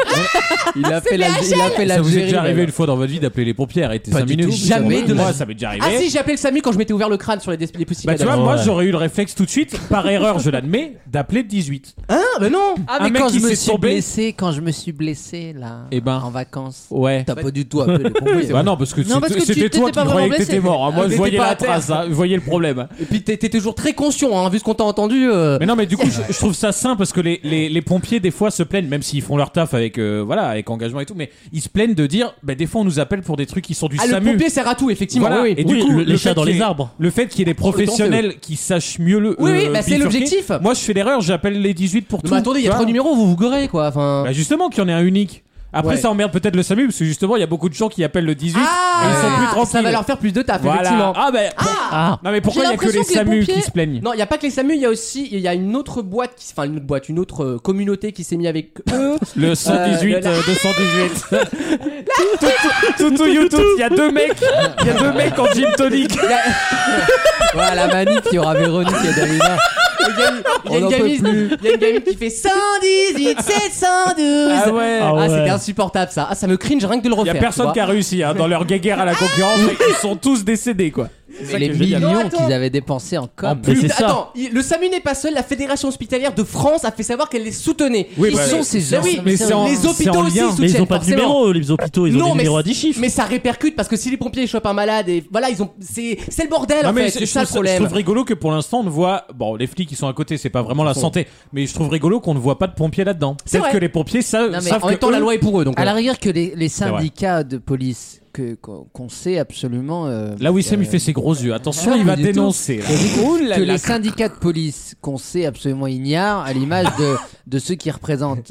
S6: Il a fait la, il a fait
S3: Ça vous est déjà arrivé
S6: l'Algérie.
S3: une fois dans votre vie d'appeler les pompiers, arrêter
S6: Pas
S3: 5
S6: du
S3: minutes
S6: tout,
S2: jamais de
S3: Moi,
S2: la-
S3: ça m'est déjà arrivé.
S2: Ah si, j'ai appelé le SAMU quand je m'étais ouvert le crâne sur les des, les
S3: bah tu
S2: poussières.
S3: vois, moi
S4: Ouais.
S3: j'aurais eu le réflexe tout de suite, par erreur je l'admets, d'appeler le 18.
S2: Ah, bah non
S6: Ah,
S3: Un
S6: mais
S3: mec
S6: quand
S3: qui
S6: je me
S3: s'est
S6: suis
S3: tombé.
S6: blessé, quand je me suis blessé là,
S3: Eh ben.
S6: en vacances,
S3: Ouais.
S6: t'as pas du tout appelé les pompiers.
S3: Bah non, parce que
S5: Non,
S3: c'est-
S5: parce que tu
S3: c'était
S5: t'étais
S3: toi
S5: pas
S3: qui
S5: vraiment
S3: croyais que t'étais
S5: blessé.
S3: mort. hein.
S2: Ah,
S3: Moi, je
S2: t'étais
S3: voyais
S2: pas
S3: la
S2: à terre.
S3: trace, hein, je voyais le problème.
S2: Et puis t'es t'es toujours très conscient, hein, vu ce qu'on t'a entendu. euh.
S3: Mais non, mais du coup, je, je trouve ça sain parce que les, les, les pompiers, des fois, se plaignent, même s'ils font leur taf avec, euh, voilà, avec engagement et tout, mais ils se plaignent de dire, bah, des fois, on nous appelle pour des trucs qui sont du
S2: Ah, le
S3: SAMU.
S2: pompier sert à tout, effectivement.
S3: Voilà.
S2: oui, oui.
S3: Et
S4: Oui,
S3: du coup,
S4: le- les
S3: le
S4: chats
S3: fait
S4: dans
S3: qu'il y
S4: les
S3: ait-
S4: arbres.
S3: Le fait qu'il y ait des professionnels qui sachent mieux le.
S2: Ah, Oui, oui,
S3: le
S2: bah, c'est
S3: bifurquer.
S2: l'objectif.
S3: Moi, je fais l'erreur, j'appelle les 18 pour tout.
S2: Mais attendez, il y
S3: tu
S2: a
S3: vois.
S2: trois numéros, vous vous gorez quoi. Enfin.
S3: Bah, justement, qu'il y en ait un unique. Après,
S2: Ouais. Ah,
S3: ça emmerde peut-être le SAMU, parce que justement, il y a beaucoup de gens qui appellent le 18 et ils sont plus tranquilles.
S2: Ça va leur faire plus de taf,
S3: Voilà.
S2: effectivement.
S3: Ah, bah.
S4: Ah.
S3: Non, mais pourquoi il
S5: J'ai
S3: y a que les
S5: l'impression que les
S3: SAMU qui
S5: pompiers-
S3: se plaignent
S2: Non, il y a pas que les SAMU, il y a aussi il y a une autre boîte, qui, enfin une autre boîte, une autre euh, communauté qui s'est mise avec eux.
S3: Le 118,
S2: Euh, le-
S3: euh, 218. Toutou, toutou, YouTube, il y a deux mecs, il y a deux mecs en gym tonic.
S6: Ouais, à la manif, il y aura Véronique et Dalila.
S2: Il y a une- il y a
S6: On
S2: une
S6: en peut
S2: gamine- il y a une gamine qui fait 118, 712.
S3: Ah ouais.
S4: Ah ouais.
S2: c'était insupportable ça. Ah, ça me cringe rien que de le
S3: Il y
S2: refaire.
S3: a personne qui a réussi hein, dans leur guéguerre à la concurrence, ils sont tous décédés quoi.
S6: Mais les
S3: qui est génial.
S2: Non,
S6: millions
S2: attends.
S6: qu'ils avaient dépensés en com.
S4: plus, c'est ça.
S2: Attends, il- le SAMU n'est pas seul, la Fédération Hospitalière de France a fait savoir qu'elle les soutenait.
S3: Oui,
S6: Qui
S3: bah,
S6: sont ces gens
S2: Bah oui,
S3: mais c'est en-
S2: les
S3: c'est
S2: hôpitaux
S3: en
S2: aussi
S3: lien.
S2: soutiennent.
S4: Mais ils ont pas de
S2: forcément.
S4: numéro, les hôpitaux, ils ont
S2: Non,
S4: des
S2: mais
S4: numéros à
S2: c-
S4: 10 chiffres.
S2: Mais ça répercute parce que si les pompiers chopent un malade et voilà, ils ont c'est c'est le bordel
S3: Non,
S2: en
S3: mais
S2: fait,
S3: je-
S2: c'est
S3: je
S2: ça le
S3: trouve je
S2: problème.
S3: trouve rigolo que pour l'instant on ne voit bon les flics qui sont à côté c'est pas vraiment la santé mais je trouve rigolo qu'on ne voit pas de pompiers là-dedans.
S2: C'est
S3: Peut-être
S2: vrai.
S3: que les pompiers savent,
S6: Non, mais
S3: savent
S2: En
S3: que
S2: même temps, la
S3: eux-
S2: loi est pour eux donc.
S6: À
S2: euh,
S6: la rigueur que les, les
S3: vrai.
S6: syndicats de police que qu'on qu'on sait absolument. euh,
S3: Là Wissem
S6: euh,
S3: il fait ses gros yeux attention
S2: Ah,
S6: non,
S3: il va
S6: du tout.
S3: dénoncer.
S6: Je dis que
S3: là.
S6: les syndicats de police qu'on sait absolument ignorent à l'image de, de ceux qui représentent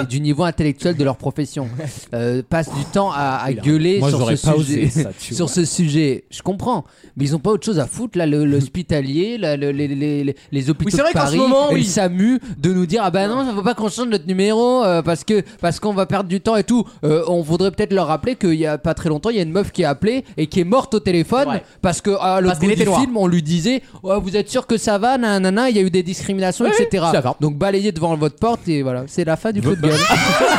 S2: Hein
S6: et du niveau intellectuel de leur profession euh, passent du temps à, à gueuler
S3: Moi,
S6: sur
S3: j'aurais
S6: ce
S3: pas
S6: sujet
S3: osé ça, tu
S6: sur ce sujet je comprends mais ils ont pas autre chose à foutre là le- l'hospitalier là, le- les, les, les- les hôpitaux
S2: Oui, c'est vrai
S6: de
S2: qu'en ce
S6: Paris
S2: moment, oui.
S6: ils s'amusent de nous dire ah bah non faut pas qu'on change notre numéro euh, parce que parce qu'on va perdre du temps et tout Euh, on voudrait peut-être leur rappeler qu'il y a pas très longtemps il y a une meuf qui a appelé et qui est morte au téléphone
S2: Ouais.
S6: parce que à l'autre
S2: Parce qu'elle
S6: bout
S2: était
S6: du
S2: noire.
S6: film, on lui disait Ouais, vous êtes sûr que ça va nanana il y a eu des discriminations etc
S2: ça va.
S6: donc balayez devant votre porte et voilà c'est la fin du coup de gueule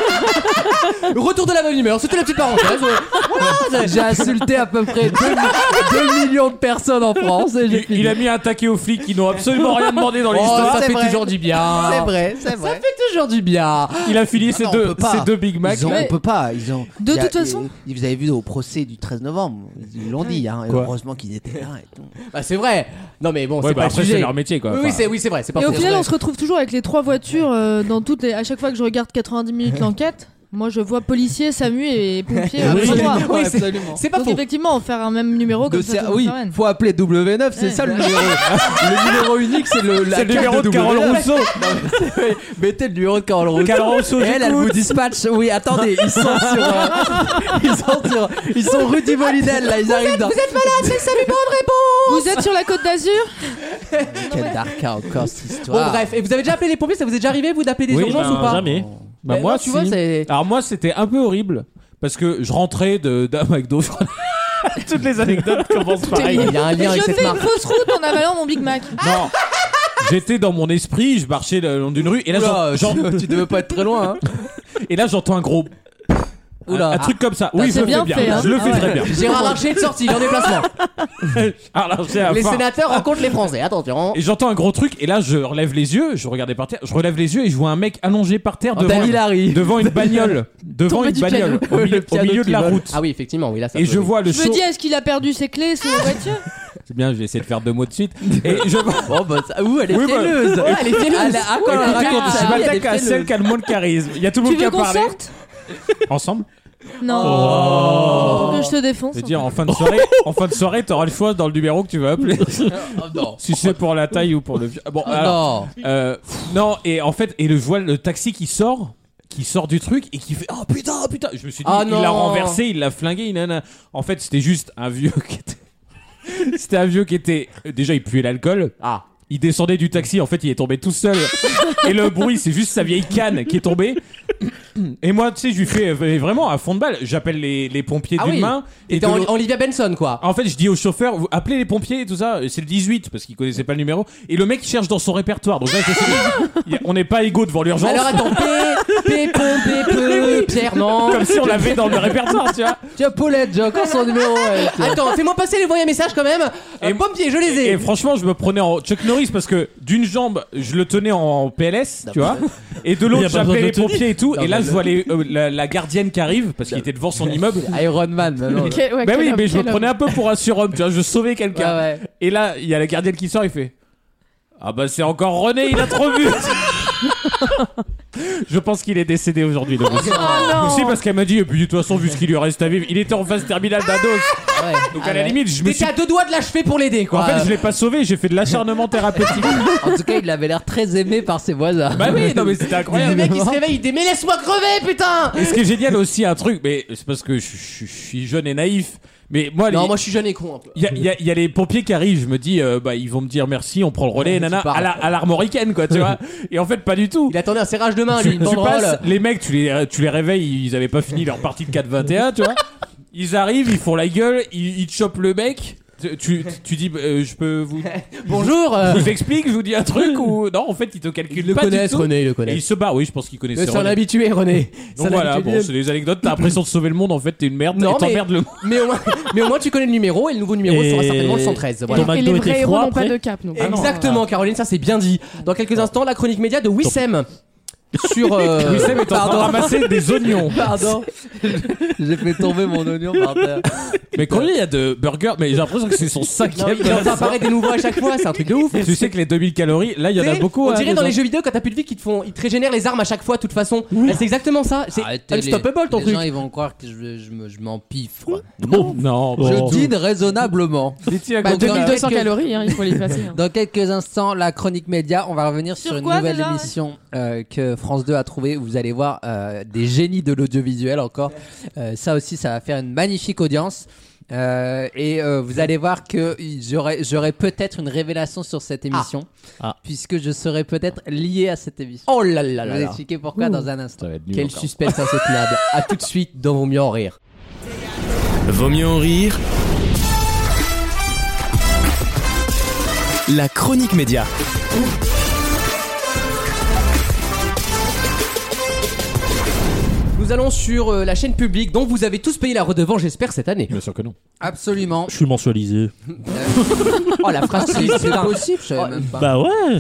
S2: Retour de la bonne humeur, c'était la petite parenthèse. euh, voilà,
S6: j'ai insulté à peu près 2 millions de personnes en France et j'ai
S3: Il,
S6: fini
S3: il a mis un taquet aux flics qui n'ont absolument rien demandé dans
S2: Oh,
S3: l'histoire.
S2: ça
S6: c'est
S2: fait
S6: vrai.
S2: toujours du bien.
S6: c'est vrai c'est vrai
S2: Ça fait toujours du bien.
S3: Il a
S2: Ah
S3: fini ses
S6: Non, on
S3: deux
S6: peut pas.
S3: ses deux Big Mac.
S6: Ils ont-
S3: là.
S6: on peut pas. Ils ont.
S5: De
S6: il y a-
S5: toute façon.
S6: il- Vous avez vu au procès du 13 novembre. Ils l'ont dit. Hein, et heureusement qu'ils étaient là. Et tout.
S2: Bah c'est vrai. Non mais bon,
S3: Ouais,
S2: c'est
S3: bah,
S2: pas
S3: après
S2: le
S3: c'est
S2: sujet.
S3: leur métier quoi.
S2: Oui, oui,
S3: Enfin,
S2: c'est oui, c'est vrai, c'est pas
S5: Et au
S2: faux.
S5: final, on se retrouve toujours avec les trois voitures euh, dans toutes les. À chaque fois que je regarde 90 minutes l'enquête, moi je vois policiers, SAMU et pompiers à
S2: Oui,
S5: bras droits.
S2: oui, c'est- C'est pas
S5: Donc
S2: faux.
S5: effectivement, faire un même numéro comme
S6: De
S5: ça,
S6: ser-
S5: tout le monde
S6: oui,
S5: fait rien.
S6: faut appeler W9, c'est
S5: Ouais.
S6: ça le numéro. le numéro unique, c'est le, la
S3: C'est le
S6: carte
S3: numéro de Carole
S6: W9.
S3: Rousseau.
S6: Mettez le numéro de Carole Rousseau.
S3: Carole Rousseau,
S6: elle, elle
S3: j'écoute.
S6: vous dispatche. Oui, attendez, ils sont sur. euh, ils sont sur. Ils sont rue du Molidel, là, ils arrivent dans. Vous êtes malade, c'est ça,
S5: Vous êtes sur la côte d'Azur
S6: Quel dark encore cette histoire.
S2: Bon bref, et vous avez déjà appelé les pompiers, ça vous est déjà arrivé vous d'appeler des
S3: Oui,
S2: urgences
S3: ben,
S2: ou pas
S4: Jamais.
S3: Bah,
S2: Mais
S3: moi,
S2: non, tu vois,
S3: si. Ah,
S2: c'est.
S3: Alors moi, c'était un peu horrible parce que je rentrais de- d'un McDo. Toutes les anecdotes commencent par
S2: Il y a un
S5: Et
S2: lien
S5: je
S2: avec cette
S5: fais une
S2: marque.
S5: fausse route en avalant mon Big Mac.
S3: Non. J'étais dans mon esprit, je marchais le long d'une rue et là,
S2: Oh,
S6: Oula,
S3: j'en- j'en-
S6: tu, tu devais pas être très loin. Hein.
S3: et là j'entends un gros
S6: Oula.
S3: un truc comme ça. Oui, je
S5: c'est
S3: le
S5: bien
S3: fais bien.
S5: fait, hein.
S3: Je le fais
S6: Ah
S3: très
S6: ouais.
S3: bien.
S2: Gérard Larcher est sorti, il est en déplacement.
S3: Alors, j'ai un
S2: Les
S3: phare.
S2: sénateurs rencontrent les Français, attention.
S3: Et j'entends un gros truc et là je relève les yeux, je regardais par terre, je relève les yeux et je vois un mec allongé par
S2: Oh,
S3: terre devant,
S6: Daniel Harry.
S3: devant une bagnole, devant
S6: Tombé
S3: une
S6: du piano.
S3: bagnole au milieu,
S6: Le piano
S3: au milieu de
S6: qui
S3: la
S6: vole.
S3: route.
S2: Ah oui, effectivement, oui, là ça
S3: Et
S2: peut,
S3: je
S2: oui.
S3: vois le
S5: Je me
S3: show.
S5: dis, est-ce qu'il a perdu ses clés sous la voiture
S3: C'est bien, je vais essayer de faire deux mots de suite. Et je vois
S6: Bon, bah, ça... Ouh, elle est
S3: Oui, bah-
S6: fêleuse.
S2: Oh, elle est fêleuse.
S6: Elle a- ah, quand
S2: Oui,
S6: elle
S2: bah,
S6: raconte
S2: ah,
S6: ça,
S3: je
S6: elle est
S3: m'attaque à
S6: fêleuse.
S3: celle qui a le moins de charisme. Il y a tout le
S5: Tu
S3: monde qui
S5: veux
S3: a
S5: qu'on
S3: parlé.
S5: sorte
S3: Ensemble
S5: Non. Que je te défonce.
S3: Je veux dire, en fin de soirée, en fin de soirée, t'auras le choix dans le numéro que tu vas appeler.
S6: Oh, non.
S3: si c'est pour la taille ou pour le. vieux. Bon,
S2: Ah,
S6: Oh,
S3: alors,
S6: non.
S3: Euh, non, et en fait, et le, je vois le taxi qui sort, qui sort du truc et qui fait Oh putain, oh, putain Je me suis dit,
S2: Ah,
S3: il
S2: non.
S3: l'a renversé, il l'a flingué, il en a- En fait, c'était juste un vieux qui était. c'était un vieux qui était. Déjà, il puait l'alcool.
S2: Ah.
S3: Il descendait du taxi, en fait, il est tombé tout seul. et le bruit, c'est juste sa vieille canne qui est tombée. Et moi, tu sais, je lui fais euh, vraiment à fond de balle. J'appelle les, les pompiers
S2: Ah
S3: d'une
S2: oui.
S3: main. Et
S2: T'étais
S3: de
S2: en,
S3: l'autre-
S2: en Olivia Benson, quoi.
S3: en fait, je dis au chauffeur, vous appelez les pompiers et tout ça. C'est le 18 parce qu'il connaissait pas le numéro. Et le mec cherche dans son répertoire. Donc là, je sais- il y a- on n'est pas égaux devant l'urgence.
S2: Alors attends, P, P, Pom, P, P, Pierre, non.
S3: Comme si on l'avait dans le répertoire, tu vois.
S6: Tiens, Paulette, j'ai encore son numéro. elle.
S2: Attends, fais-moi passer les voyants messages quand même.
S3: Et-
S2: Et pompier, je les ai.
S3: Et franchement, je me prenais en Chuck Norris parce que d'une jambe, je le tenais en PLS, tu vois. Et de
S4: Il y
S3: l'autre,
S4: a pas besoin
S3: j'appelais
S4: de
S3: les
S4: te dire.
S3: pompiers et tout. Et
S6: Non,
S3: là,
S6: mais
S3: je
S6: le-
S3: vois les- euh, la, la gardienne qui arrive parce qu'il était devant son immeuble.
S6: Iron Man. non, non, non.
S5: Quel- ouais,
S3: Bah
S5: quel
S3: oui,
S5: homme,
S3: mais je me
S5: quel
S3: prenais
S5: homme.
S3: un peu pour un surhomme, tu vois. Je sauvais
S6: Ouais,
S3: quelqu'un.
S6: ouais.
S3: Et là, il y a la gardienne qui sort, il fait Ah bah c'est encore René, il a trop bu Je pense qu'il est décédé aujourd'hui, le monsieur.
S2: Oh.
S5: non.
S3: Aussi parce qu'elle m'a dit, et puis de toute façon, vu ce qu'il lui reste à vivre, il était en phase terminale d'ados.
S2: Ouais.
S3: Donc
S2: Ah
S3: à la
S2: ouais.
S3: limite, je me
S2: T'étais à
S3: suis.
S2: deux doigts de l'achever pour l'aider,
S3: En
S2: quoi.
S3: fait, je l'ai pas sauvé, j'ai fait de l'acharnement thérapeutique.
S6: En tout cas, il avait l'air très aimé par ses voisins.
S3: bah oui, non mais c'était
S2: Le
S3: incroyable.
S2: mec il se réveille, il dit Mais laisse-moi crever, putain
S3: Et ce qui est génial aussi, un truc, mais c'est parce que je, je- je suis jeune et naïf, mais moi, les-
S2: Non, moi je suis jeune et con un peu.
S3: Il y a, il y a- il y a les pompiers qui arrivent, je me dis, euh, bah, ils vont me dire merci, on prend le relais, nana,
S2: pars.
S3: à la- à l'armoricaine, quoi, tu vois. Et en fait, pas du tout.
S2: Il attendait un serrage de main, lui,
S3: tu,
S2: une
S3: tu passes,
S2: banderole.
S3: les mecs, tu les, euh, tu les réveilles, ils avaient pas fini leur partie de 4-21, tu vois. Ils arrivent, ils font la gueule, ils, ils te chopent le mec. Tu, tu, tu dis, euh, je peux vous,
S2: Bonjour euh,
S3: je vous explique, je vous dis un truc ou non, en fait, ils te calculent
S2: Ils le
S3: pas du
S2: connaissent,
S3: tout.
S2: René, ils le
S3: Et
S2: connaissent.
S3: ils se barrent, oui, je pense qu'ils connaissaient.
S2: C'est un
S3: René.
S2: habitué, René. C'est
S3: Donc
S2: un
S3: voilà,
S2: habitué.
S3: bon, c'est des anecdotes, t'as l'impression de sauver le monde, en fait, t'es une merde,
S2: Non,
S3: et t'emmerdes le
S2: mais, au moins, mais au moins, tu connais le numéro et le nouveau numéro
S4: Et-
S2: sera certainement le 113. voilà.
S4: Ton
S8: Et
S4: McDo
S8: les
S4: était
S8: vrais héros
S4: froid
S8: n'ont pas
S4: après
S8: de cap. non.
S3: Ah non.
S2: Exactement, Caroline, ça c'est bien dit. Dans quelques instants, la chronique média de Wissem. Sur. euh,
S3: Oui, Sam est en train de
S6: Pardon.
S3: ramasser des oignons.
S6: Pardon. J'ai fait tomber mon oignon par terre.
S3: Mais combien il y a de burgers Mais j'ai l'impression que c'est son
S2: Non,
S3: cinquième.
S2: il en apparaît des nouveaux à chaque fois, c'est un truc de ouf.
S3: tu sais que les 2000 calories, là il y en a
S2: T'sais,
S3: beaucoup.
S2: On
S3: hein,
S2: dirait dans
S3: dedans.
S2: les jeux vidéo quand t'as plus de vie qu'ils te font, ils te régénèrent les armes à chaque fois, de toute façon. Là, C'est exactement ça. C'est
S6: Arrêtez,
S2: unstoppable
S6: les,
S2: ton
S6: les
S2: truc.
S6: gens ils vont croire que je, je, me- je m'empiffre.
S3: Non, non.
S6: Je dîne raisonnablement.
S8: Bah,
S6: Donc, dans-
S8: 2200
S6: quelques-
S8: calories, hein, il faut les passer. hein.
S6: Dans quelques instants, la chronique média, on va revenir sur,
S5: Sur
S6: une
S5: quoi,
S6: nouvelle
S5: déjà
S6: émission euh, que France 2 a trouvée où vous allez voir euh, des génies de l'audiovisuel encore. Euh, ça aussi, ça va faire une magnifique audience. Euh, et euh, vous allez voir que j'aurai j'aurai peut-être une révélation sur cette émission,
S4: Ah.
S6: puisque je serai peut-être lié à cette émission.
S2: Oh là là
S6: je
S2: là
S6: vais vous
S2: là.
S6: expliquer pourquoi dans un instant.
S2: Quel suspense insoutenable. A tout de suite dans Vos mieux en rire.
S1: Vaut mieux en rire. La chronique média.
S2: Nous allons sur euh, la chaîne publique dont vous avez tous payé la redevance, j'espère, cette année.
S3: Bien sûr que non.
S6: Absolument.
S4: Je suis mensualisé.
S2: Oh la phrase
S6: C'est
S2: triste,
S6: c'est
S2: putain.
S6: possible, je
S2: Oh,
S6: savais même pas.
S4: Bah ouais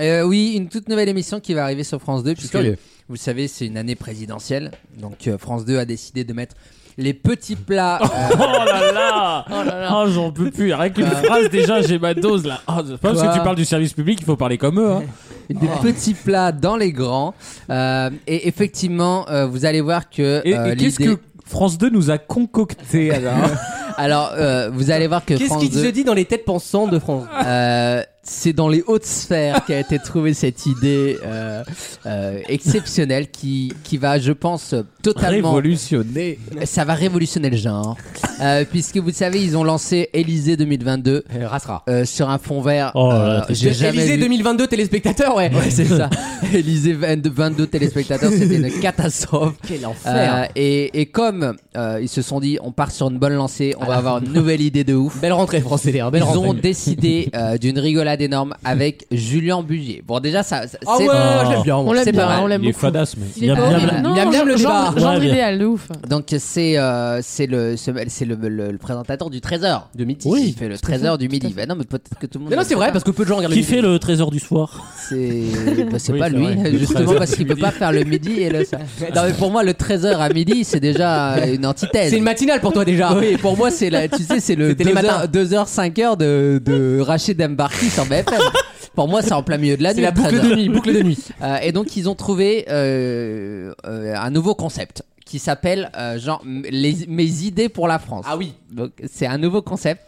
S6: Euh, oui, une toute nouvelle émission qui va arriver sur France 2. Puisque,
S2: curieux.
S6: vous le savez, c'est une année présidentielle. Donc euh, France 2 a décidé de mettre les petits plats. euh,
S4: Oh là là Oh j'en peux plus, rien qu'une phrase déjà, j'ai ma dose là.
S3: Ah, c'est pas parce
S6: Quoi
S3: que tu parles du service public, il faut parler comme eux. Hein.
S6: des petits plats dans les grands. Euh, et effectivement, euh, vous allez voir que.
S3: Et, et
S6: euh,
S3: qu'est-ce
S6: l'idée- Ah,
S3: que France 2 nous a concocté alors
S6: Alors, euh, vous allez voir que
S2: Qu'est-ce
S6: France
S2: qu'il
S6: 2.
S2: se dit dans les têtes pensantes de France
S6: euh, c'est dans les hautes sphères qu'a été trouvée cette idée euh, euh, exceptionnelle qui, qui va, je pense, totalement
S3: Révolutionné.
S6: ça va révolutionner le genre. Euh, puisque vous savez, ils ont lancé Élysée 2022
S2: Rasra.
S6: euh, sur un fond vert.
S4: Oh là là,
S6: Euh, J'ai jamais
S2: Élysée
S6: vu-
S2: 2022 téléspectateurs, ouais.
S6: Ouais, c'est ça. Élysée 22 téléspectateurs, c'était une catastrophe.
S2: Quel enfer.
S6: Euh, et, et comme euh, ils se sont dit, on part sur une bonne lancée, on va avoir une nouvelle idée de ouf.
S2: Belle rentrée, français. Belle
S6: Ils
S2: rentrée.
S6: ont décidé euh, d'une rigolade énorme avec Julien Bugier. Bon, déjà, ça, ça-
S2: Ah
S6: c'est
S2: ouais,
S4: Oh.
S2: je l'aime bien.
S5: On
S2: moi.
S5: l'aime
S6: c'est
S5: bien,
S6: pas mal.
S5: on l'aime
S3: Il est
S5: beaucoup.
S3: fadas, mais.
S5: Il est
S4: Miam,
S5: pas
S4: miam,
S5: horrible.
S4: miam,
S5: Non,
S2: miam, miam, le
S5: genre,
S2: débat.
S5: genre
S4: Ouais, bien.
S5: idéal, de ouf.
S6: Donc c'est euh, c'est le ce- c'est le, le- le présentateur du Trésor du midi.
S4: Oui.
S6: Il fait le Trésor du midi. Bah non mais peut-être que tout le monde.
S2: Mais non, c'est vrai, parce que peu de gens regardent
S4: Qui
S2: le
S4: fait le trésor du soir
S6: C'est bah, c'est
S3: Oui,
S6: pas
S3: c'est
S6: lui
S3: vrai. Le
S6: justement
S3: Trésor
S6: parce
S3: du
S6: qu'il peut
S3: midi.
S6: pas faire le midi et le. Non mais pour moi le Trésor à midi c'est déjà euh, une antithèse.
S2: C'est une matinale pour toi déjà.
S6: Oui, pour moi, c'est la, tu sais, c'est le
S2: Ah. C'était les
S6: 2h,
S2: matins.
S6: 5h de, de Rachid Mbarki sur BFM. Pour moi, c'est en plein milieu de la nuit.
S2: C'est la
S6: le
S2: boucle
S6: 13 heures.
S2: de nuit, boucle de nuit.
S6: Euh, et donc ils ont trouvé euh, euh, un nouveau concept qui s'appelle euh, genre m- les- mes idées pour la France.
S2: Ah oui.
S6: Donc c'est un nouveau concept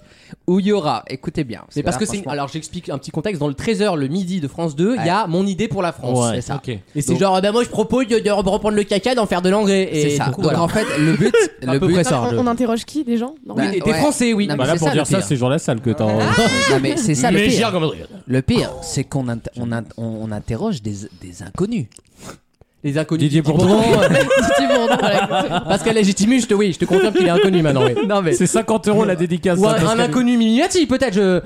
S6: où il y aura, écoutez bien.
S2: C'est parce
S6: là,
S2: que c'est.
S6: franchement-
S2: Alors j'explique un petit contexte. Dans le 13h, le midi de France 2, il y a mon idée pour la France.
S4: Ouais.
S2: C'est ça.
S3: Ok.
S2: Et c'est
S6: Donc-
S2: genre, ah bah moi je propose de, de reprendre le caca, d'en faire de l'engrais. Ah, Et
S6: c'est ça.
S2: du coup,
S6: donc
S2: voilà.
S6: en fait le but, le
S2: à peu
S6: but,
S2: près ça.
S8: On,
S2: je-
S8: on interroge qui Les gens Non,
S6: Bah,
S8: mais-
S2: Oui, t'es
S6: ouais.
S2: français, oui.
S6: Non, mais
S3: Bah là,
S6: c'est
S3: pour
S6: ça, le
S3: dire ça,
S6: pire.
S3: c'est genre la salle que t'as. hein.
S6: Non, mais c'est ça le
S4: Mais
S6: pire.
S4: Gérard Gabriel.
S6: Le pire, c'est qu'on int- on int- on- on interroge des, des inconnus.
S2: Les inconnus.
S3: Didier
S2: Didier
S3: Bourdon.
S5: Petit Bourdon, voilà.
S2: Pascal Légitimus, je te, oui, je te confirme qu'il est inconnu maintenant. oui.
S6: Non mais
S3: C'est 50 euros la dédicace. hein,
S2: Ou
S3: à
S2: un, un
S3: Pascal.
S2: inconnu Mimimati, peut-être. Je...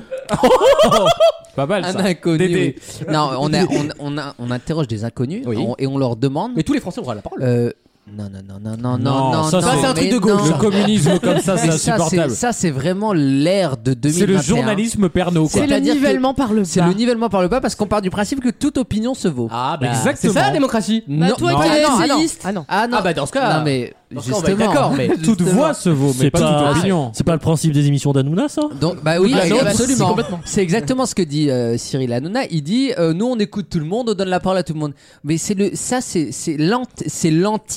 S3: Pas mal
S6: un
S3: ça.
S6: inconnu.
S3: Dédé.
S6: oui. Non, on, a- on, on a- on interroge des inconnus
S2: Oui.
S6: on- et on leur demande.
S2: Mais tous les Français auront la parole.
S6: Euh, non, non, non, non, non, non,
S3: Non,
S6: non.
S3: ça,
S6: non,
S3: c'est-
S2: Ça, c'est un truc
S6: mais
S2: de gauche,
S6: non.
S3: Le communisme comme ça, c'est
S6: Mais ça, c'est
S3: insupportable.
S6: ça, c'est vraiment l'ère de 2021.
S3: C'est le journalisme Pernod, quoi.
S5: C'est le
S6: C'est-à-dire que-
S5: nivellement par le
S6: C'est
S5: bas.
S6: le nivellement par le bas parce qu'on part du principe que toute opinion se vaut.
S2: Ah, bah,
S3: Exactement.
S2: C'est ça la démocratie.
S5: Bah,
S6: Non,
S5: toi
S6: non,
S5: qui es
S6: ah non, ah non.
S5: essayiste,
S8: Ah non.
S6: Ah non,
S2: Ah, bah, dans ce cas-
S6: non mais
S2: dans ce cas, on va être
S6: justement,
S2: d'accord, mais-
S3: Toute
S6: Justement.
S3: voix se vaut, mais
S4: C'est
S3: pas,
S4: pas-
S3: toute opinion.
S4: C'est pas le principe des émissions d'Anouna, ça
S6: Donc, bah oui,
S5: Ah non, c'est
S6: absolument.
S5: complètement.
S6: C'est exactement ce que dit euh, Cyril Hanouna. Il dit euh, nous on écoute tout le monde, on donne la parole à tout le monde. Mais c'est le ça c'est c'est l'ant- c'est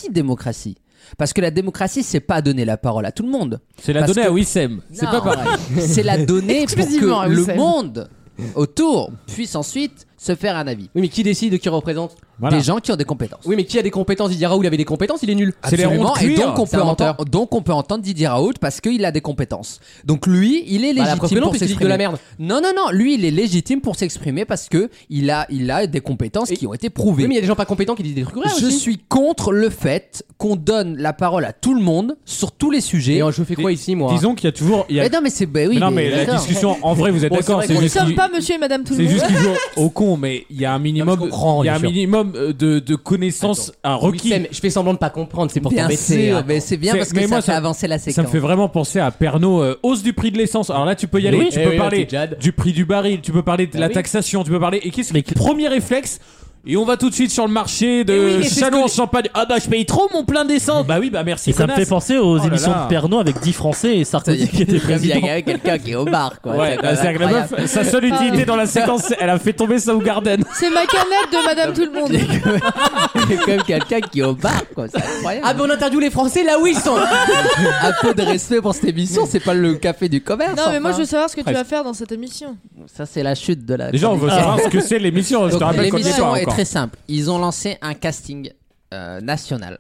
S6: l'anti-démocratie. Parce que la démocratie, c'est pas donner la parole à tout le monde.
S3: C'est la
S6: Parce
S3: donnée
S6: que-
S3: à Wissem. C'est
S6: Non,
S3: pas pareil.
S6: C'est la donner pour
S8: Exclusivement à
S6: que le
S8: Wissem.
S6: monde autour puisse ensuite se faire un avis.
S2: Oui, mais qui décide, qui représente
S3: Voilà.
S6: Des gens qui ont des compétences.
S2: Oui, mais qui a des compétences Didier Raoul avait des compétences, il est nul.
S3: C'est les
S6: Absolument,
S3: ronds de
S6: et
S3: cuir,
S6: donc on,
S2: c'est
S6: peut
S2: un menteur.
S6: entendre, donc on peut entendre Didier Raoult parce qu'il a des compétences. Donc lui, il est
S2: Bah, la
S6: légitime
S2: preuve que non,
S6: pour
S2: puisqu'il dit
S6: s'exprimer.
S2: de la merde.
S6: Non, non, non, lui, il est légitime pour s'exprimer parce que il a, il a des compétences
S2: Et-
S6: qui ont été
S2: Oui,
S6: prouvées.
S2: mais il y a des gens pas compétents qui disent des trucs rares
S6: je
S2: aussi.
S6: suis contre le fait qu'on donne la parole à tout le monde sur tous les sujets.
S2: Et euh, je fais quoi ici, moi
S3: Disons qu'il y a toujours. il y a-
S6: Mais non, mais c'est bah oui,
S3: Mais non, mais
S6: mais
S3: la
S6: d'accord.
S3: discussion, en vrai, vous êtes
S2: Bon, c'est
S3: d'accord.
S2: vrai
S3: C'est
S2: qu'on
S5: nous
S3: juste
S5: sommes
S3: qu'il-
S5: pas monsieur et madame tout le
S3: c'est
S5: monde.
S3: juste qu'il joue au con, mais il y a un minimum,
S2: Non, mais je comprends,
S3: il y a un
S2: bien sûr.
S3: minimum euh, de, de connaissances à
S2: Oui,
S3: requis.
S2: Sam, je fais semblant de pas comprendre, c'est pour
S6: Bien
S2: t'embêter.
S6: sûr,
S2: hein.
S6: mais c'est bien
S3: C'est-
S6: parce que
S3: mais
S6: ça
S3: moi,
S6: fait
S3: ça-
S6: avancer la
S3: Ça
S6: séquence.
S3: me fait vraiment penser à Pernod, euh, hausse du prix de l'essence. Alors là, tu peux y aller,
S2: oui,
S3: tu
S2: eh
S3: peux
S2: oui,
S3: parler
S2: petit Jad.
S3: du prix du baril, tu peux parler de
S2: Bah
S3: la
S2: oui.
S3: taxation, tu peux parler. Et qu'est-ce que
S4: Mais
S3: le premier réflexe Et on va tout de suite sur le marché
S2: Eh oui,
S3: de
S2: mais c'est ce
S3: Chalon
S2: que
S3: en
S2: les-
S3: Champagne. Ah bah je paye trop mon plein d'essence. Bah oui, bah merci.
S4: Et ça me
S3: connasse.
S4: fait penser aux
S3: là
S4: émissions
S3: là.
S4: de Pernod avec 10 Français et Sarkozy qui était
S6: Il y a
S4: président.
S6: quand même quelqu'un qui est au bar, quoi.
S3: Ouais, bah,
S6: quand même
S3: c'est-à-dire que la
S6: incroyable.
S3: meuf, sa seule utilité dans la séquence, c'est- elle a fait tomber ça au garden.
S5: C'est ma canette de madame tout le monde.
S6: Il y a quand même quelqu'un qui est au bar, quoi. C'est incroyable.
S2: Ah, mais on interview les Français là où ils sont
S6: un peu de respect pour cette émission, c'est pas le café du commerce.
S5: Non, mais moi je
S6: enfin.
S5: veux savoir ce que tu
S3: Bref.
S5: vas faire dans cette émission.
S6: Ça, c'est la chute de la.
S3: Déjà, on veut savoir ce que c'est l'émission. Je
S6: Donc,
S3: te rappelle qu'on y est pas
S6: L'émission est
S3: encore.
S6: très simple. Ils ont lancé un casting euh, national.